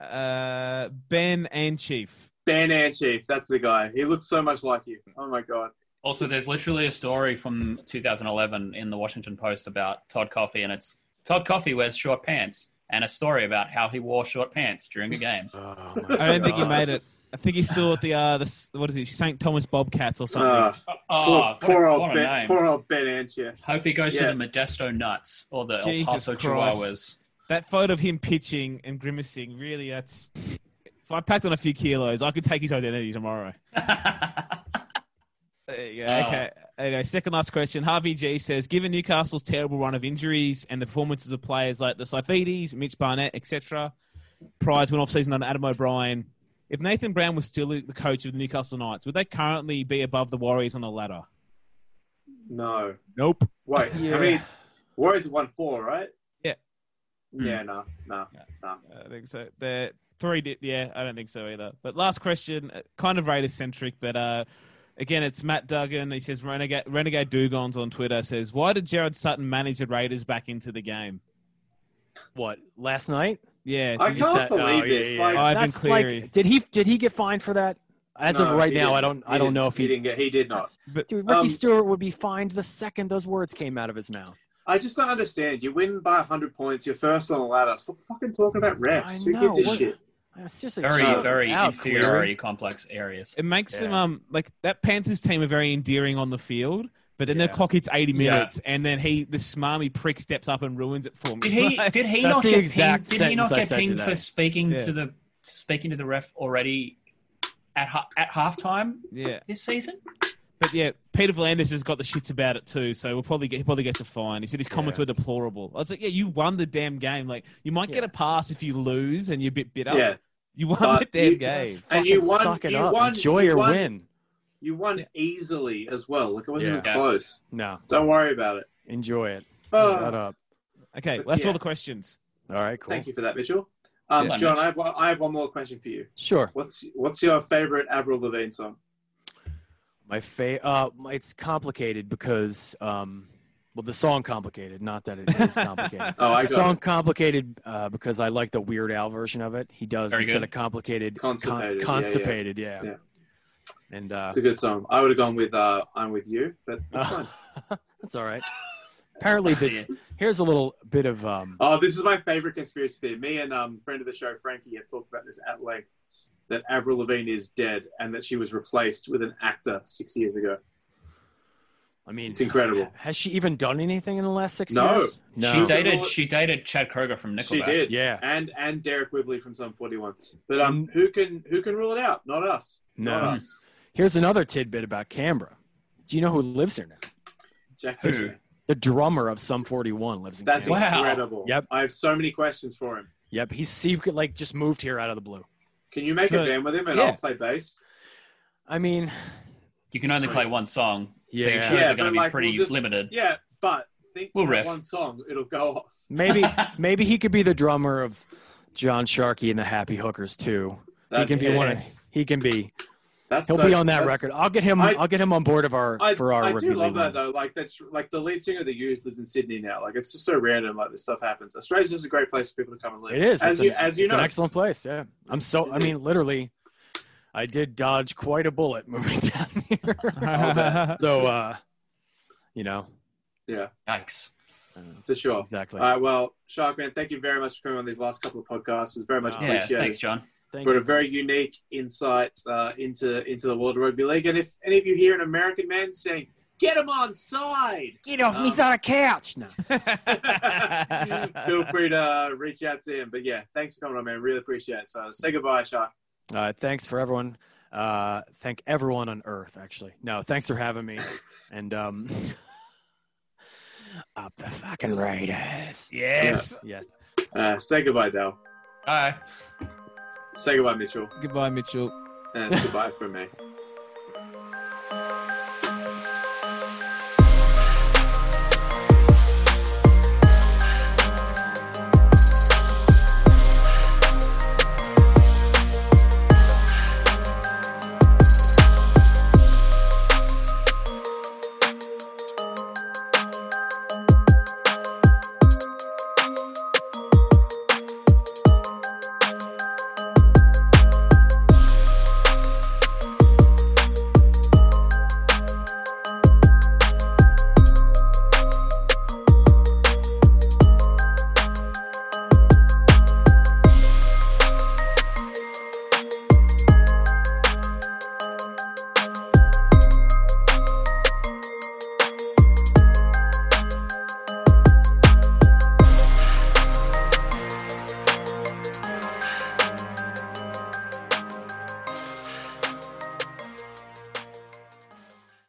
Speaker 3: uh, Ben and Chief.
Speaker 2: Ben Anchief, that's the guy. He looks so much like you. Oh my god.
Speaker 4: Also, there's literally a story from 2011 in the Washington Post about Todd Coffey, and it's Todd Coffey wears short pants, and a story about how he wore short pants during a game.
Speaker 5: Oh,
Speaker 3: I don't think he made it. I think he saw the uh, the s- what is he, St. Thomas Bobcats or something.
Speaker 2: Ah,
Speaker 4: Oh,
Speaker 2: poor,
Speaker 4: what a-
Speaker 2: poor,
Speaker 4: what
Speaker 2: old
Speaker 4: a
Speaker 2: ben,
Speaker 4: name.
Speaker 2: poor old Ben Anchief.
Speaker 4: Hope he goes
Speaker 2: Yeah.
Speaker 4: to the Modesto Nuts or the
Speaker 3: Jesus
Speaker 4: El Paso
Speaker 3: Christ.
Speaker 4: Chihuahuas.
Speaker 3: that photo of him pitching and grimacing, really, that's. If I packed on a few kilos, I could take his identity tomorrow. There you go.
Speaker 4: Ah.
Speaker 3: Okay. Anyway, second last question. Harvey G says, given Newcastle's terrible run of injuries and the performances of players like the Saifides, Mitch Barnett, etc., prior to an off-season under Adam O'Brien, if Nathan Brown was still the coach of the Newcastle Knights, would they currently be above the Warriors on the ladder?
Speaker 2: No.
Speaker 3: Nope.
Speaker 2: Wait,
Speaker 5: Yeah.
Speaker 2: I mean, Warriors won four, right?
Speaker 3: Yeah.
Speaker 2: Yeah, no, no.
Speaker 3: I don't think so. They're three. Di- yeah, I don't think so either. But last question, uh, kind of Raiders centric, but uh, again, it's Matt Duggan. He says renegade renegade Dugons on Twitter says, why did Jared Sutton manage the Raiders back into the game?
Speaker 5: what last night?
Speaker 3: Yeah,
Speaker 2: I
Speaker 3: did you
Speaker 2: can't
Speaker 3: say-
Speaker 2: believe
Speaker 5: oh,
Speaker 2: this.
Speaker 5: yeah,
Speaker 2: Like,
Speaker 3: yeah. Ivan
Speaker 5: That's like-
Speaker 3: Cleary.
Speaker 5: did he did he get fined for that? As
Speaker 2: no,
Speaker 5: of right
Speaker 2: he
Speaker 5: now, I
Speaker 2: didn't.
Speaker 5: don't I
Speaker 2: He
Speaker 5: don't
Speaker 2: didn't-
Speaker 5: know if
Speaker 2: he
Speaker 5: he.
Speaker 2: didn't get. He did not.
Speaker 5: that's-
Speaker 3: But-
Speaker 5: Dude, Ricky
Speaker 2: Um,
Speaker 5: Stewart would be fined the second those words came out of his mouth.
Speaker 2: I just don't understand. You win by 100 points. You're first on the ladder. Stop fucking talking about
Speaker 5: I
Speaker 2: refs. Who
Speaker 5: know,
Speaker 2: gives a
Speaker 5: what-
Speaker 2: shit?
Speaker 5: Uh, Seriously,
Speaker 4: Very,
Speaker 5: chill
Speaker 4: very
Speaker 5: out, Cleary.
Speaker 4: inferiority complex areas.
Speaker 3: It makes them
Speaker 5: Yeah.
Speaker 3: um like that Panthers team are very endearing on the field, but then
Speaker 5: Yeah.
Speaker 3: the clock hits eighty
Speaker 4: Yeah.
Speaker 3: minutes, and then he the smarmy prick steps up and ruins it for me.
Speaker 4: Did he?
Speaker 3: Like,
Speaker 4: Did he
Speaker 5: That's
Speaker 4: not
Speaker 5: the
Speaker 4: get
Speaker 5: exact
Speaker 4: pinged? Did he not
Speaker 5: sentence I
Speaker 4: get
Speaker 5: said
Speaker 4: pinged
Speaker 5: today.
Speaker 4: for speaking
Speaker 3: Yeah.
Speaker 4: to the speaking to the ref already at ha- at halftime
Speaker 3: yeah,
Speaker 4: this season?
Speaker 3: but yeah, Peter Volandis has got the shits about it too, so we'll probably get he probably gets a fine. He said his comments
Speaker 5: Yeah.
Speaker 3: were deplorable. I was like, yeah, you won the damn game. Like you might get
Speaker 5: Yeah.
Speaker 3: a pass if you lose and you're a bit bitter.
Speaker 2: Yeah.
Speaker 3: you won
Speaker 2: But
Speaker 3: the damn
Speaker 2: you
Speaker 3: game.
Speaker 5: Just
Speaker 2: And you
Speaker 5: fucking
Speaker 2: won-
Speaker 5: Suck it
Speaker 2: you
Speaker 5: up.
Speaker 2: won-
Speaker 5: Enjoy
Speaker 2: you
Speaker 5: your
Speaker 2: won-
Speaker 5: win.
Speaker 2: You won
Speaker 3: Yeah.
Speaker 2: easily as well. Like, it wasn't even
Speaker 4: Yeah.
Speaker 2: close.
Speaker 5: No,
Speaker 2: Don't worry about it.
Speaker 5: enjoy it.
Speaker 2: Oh,
Speaker 5: Shut up.
Speaker 3: Okay,
Speaker 2: But
Speaker 3: that's
Speaker 2: yeah.
Speaker 3: all the questions.
Speaker 5: All right, cool.
Speaker 2: Thank you for that, Mitchell. Um,
Speaker 4: Yeah.
Speaker 2: John, I have, one- I have one more question for you.
Speaker 5: Sure.
Speaker 2: What's what's your favorite Avril Lavigne song?
Speaker 5: My fa- uh, my- it's complicated because um, well, the song complicated. Not that it is complicated.
Speaker 2: Oh, I got
Speaker 5: the song
Speaker 2: it.
Speaker 5: complicated uh, because I like the Weird Al version of it. He does
Speaker 4: Very
Speaker 5: instead
Speaker 4: good.
Speaker 5: of complicated, con-
Speaker 2: Constipated, yeah, yeah.
Speaker 5: constipated, yeah,
Speaker 2: Yeah.
Speaker 5: And uh,
Speaker 2: It's a good song. I would have gone with uh, "I'm with You," but that's fine.
Speaker 5: that's all right. Apparently, the, here's a little bit of um,
Speaker 2: Oh, this is my favorite conspiracy theory. Me and um, friend of the show Frankie have talked about this at length. That Avril Lavigne is dead and that she was replaced with an actor six years ago.
Speaker 5: I mean,
Speaker 2: It's incredible.
Speaker 5: Has she even done anything in the last six
Speaker 2: No.
Speaker 5: years?
Speaker 4: She
Speaker 5: No.
Speaker 4: dated. She dated Chad Kroger from Nickelback.
Speaker 2: She did,
Speaker 5: Yeah. Mm.
Speaker 2: and and Derek Whibley from Some Forty One. But um, who can who can rule it out? Not us. Not
Speaker 5: No.
Speaker 2: us.
Speaker 5: Here's another tidbit about Canberra. Do you know who lives here now?
Speaker 2: Jack
Speaker 4: Who?
Speaker 2: Fitchner.
Speaker 5: The drummer of Sum 41 lives in
Speaker 2: That's
Speaker 5: Canberra.
Speaker 4: Wow.
Speaker 2: incredible.
Speaker 5: Yep.
Speaker 2: I have so many questions for him.
Speaker 5: Yep, he's secret, like just moved here out of the blue.
Speaker 2: Can you make
Speaker 3: So-
Speaker 2: a band with him and
Speaker 3: yeah.
Speaker 2: I'll play bass?
Speaker 5: I mean,
Speaker 4: You can only play one song, so your
Speaker 5: Yeah.
Speaker 4: shows
Speaker 2: Yeah,
Speaker 4: are going
Speaker 2: but,
Speaker 4: to be
Speaker 2: like,
Speaker 4: pretty
Speaker 2: we'll just-
Speaker 4: limited.
Speaker 2: Yeah, but think
Speaker 4: We'll
Speaker 2: that
Speaker 4: riff.
Speaker 2: one song, it'll go off.
Speaker 5: maybe maybe he could be the drummer of John Sharkey and the Happy Hookers too.
Speaker 2: That's
Speaker 5: he can be one of
Speaker 2: yes.
Speaker 5: he can be
Speaker 2: That's
Speaker 5: he'll
Speaker 2: so-
Speaker 5: be on that
Speaker 2: that's-
Speaker 5: record. I'll get him I,
Speaker 2: I-
Speaker 5: will get him on board of our
Speaker 2: I,
Speaker 5: for our
Speaker 2: I
Speaker 5: review.
Speaker 2: do love
Speaker 5: one.
Speaker 2: that though. Like that's like the lead singer of the Used lives in Sydney now. Like it's just so random. Like this stuff happens. Australia's just a great place for people to come and live.
Speaker 5: It is.
Speaker 2: as
Speaker 5: It's
Speaker 2: you
Speaker 5: an-
Speaker 2: as you
Speaker 5: it's
Speaker 2: know.
Speaker 5: an excellent place. Yeah, I'm so. I mean, literally, I did dodge quite a bullet moving down here. so, uh, you know,
Speaker 2: yeah,
Speaker 4: Yikes.
Speaker 2: for sure.
Speaker 5: exactly.
Speaker 2: All right, well, Sharkman, thank you very much for coming on these last couple of podcasts. It was very much
Speaker 5: Uh,
Speaker 4: Yeah.
Speaker 2: appreciated.
Speaker 4: Thanks, John.
Speaker 5: Thank
Speaker 2: Brought
Speaker 5: you.
Speaker 2: a very unique insight uh, into into the world of rugby league. And if any of you hear an American man saying Get him on side.
Speaker 5: Get off me
Speaker 2: Um,
Speaker 5: side of couch now.
Speaker 2: Feel free to uh, reach out to him. But yeah, thanks for coming on, man. Really appreciate it. So say goodbye, Shark.
Speaker 5: Uh, thanks for everyone. Uh, thank everyone on Earth, actually. No, thanks for having me. and um, up the fucking Raiders.
Speaker 3: yes.
Speaker 5: Yes.
Speaker 2: Uh, say goodbye, Dale.
Speaker 4: All right.
Speaker 2: Say goodbye, Mitchell.
Speaker 3: Goodbye, Mitchell.
Speaker 2: And Eh, goodbye from me.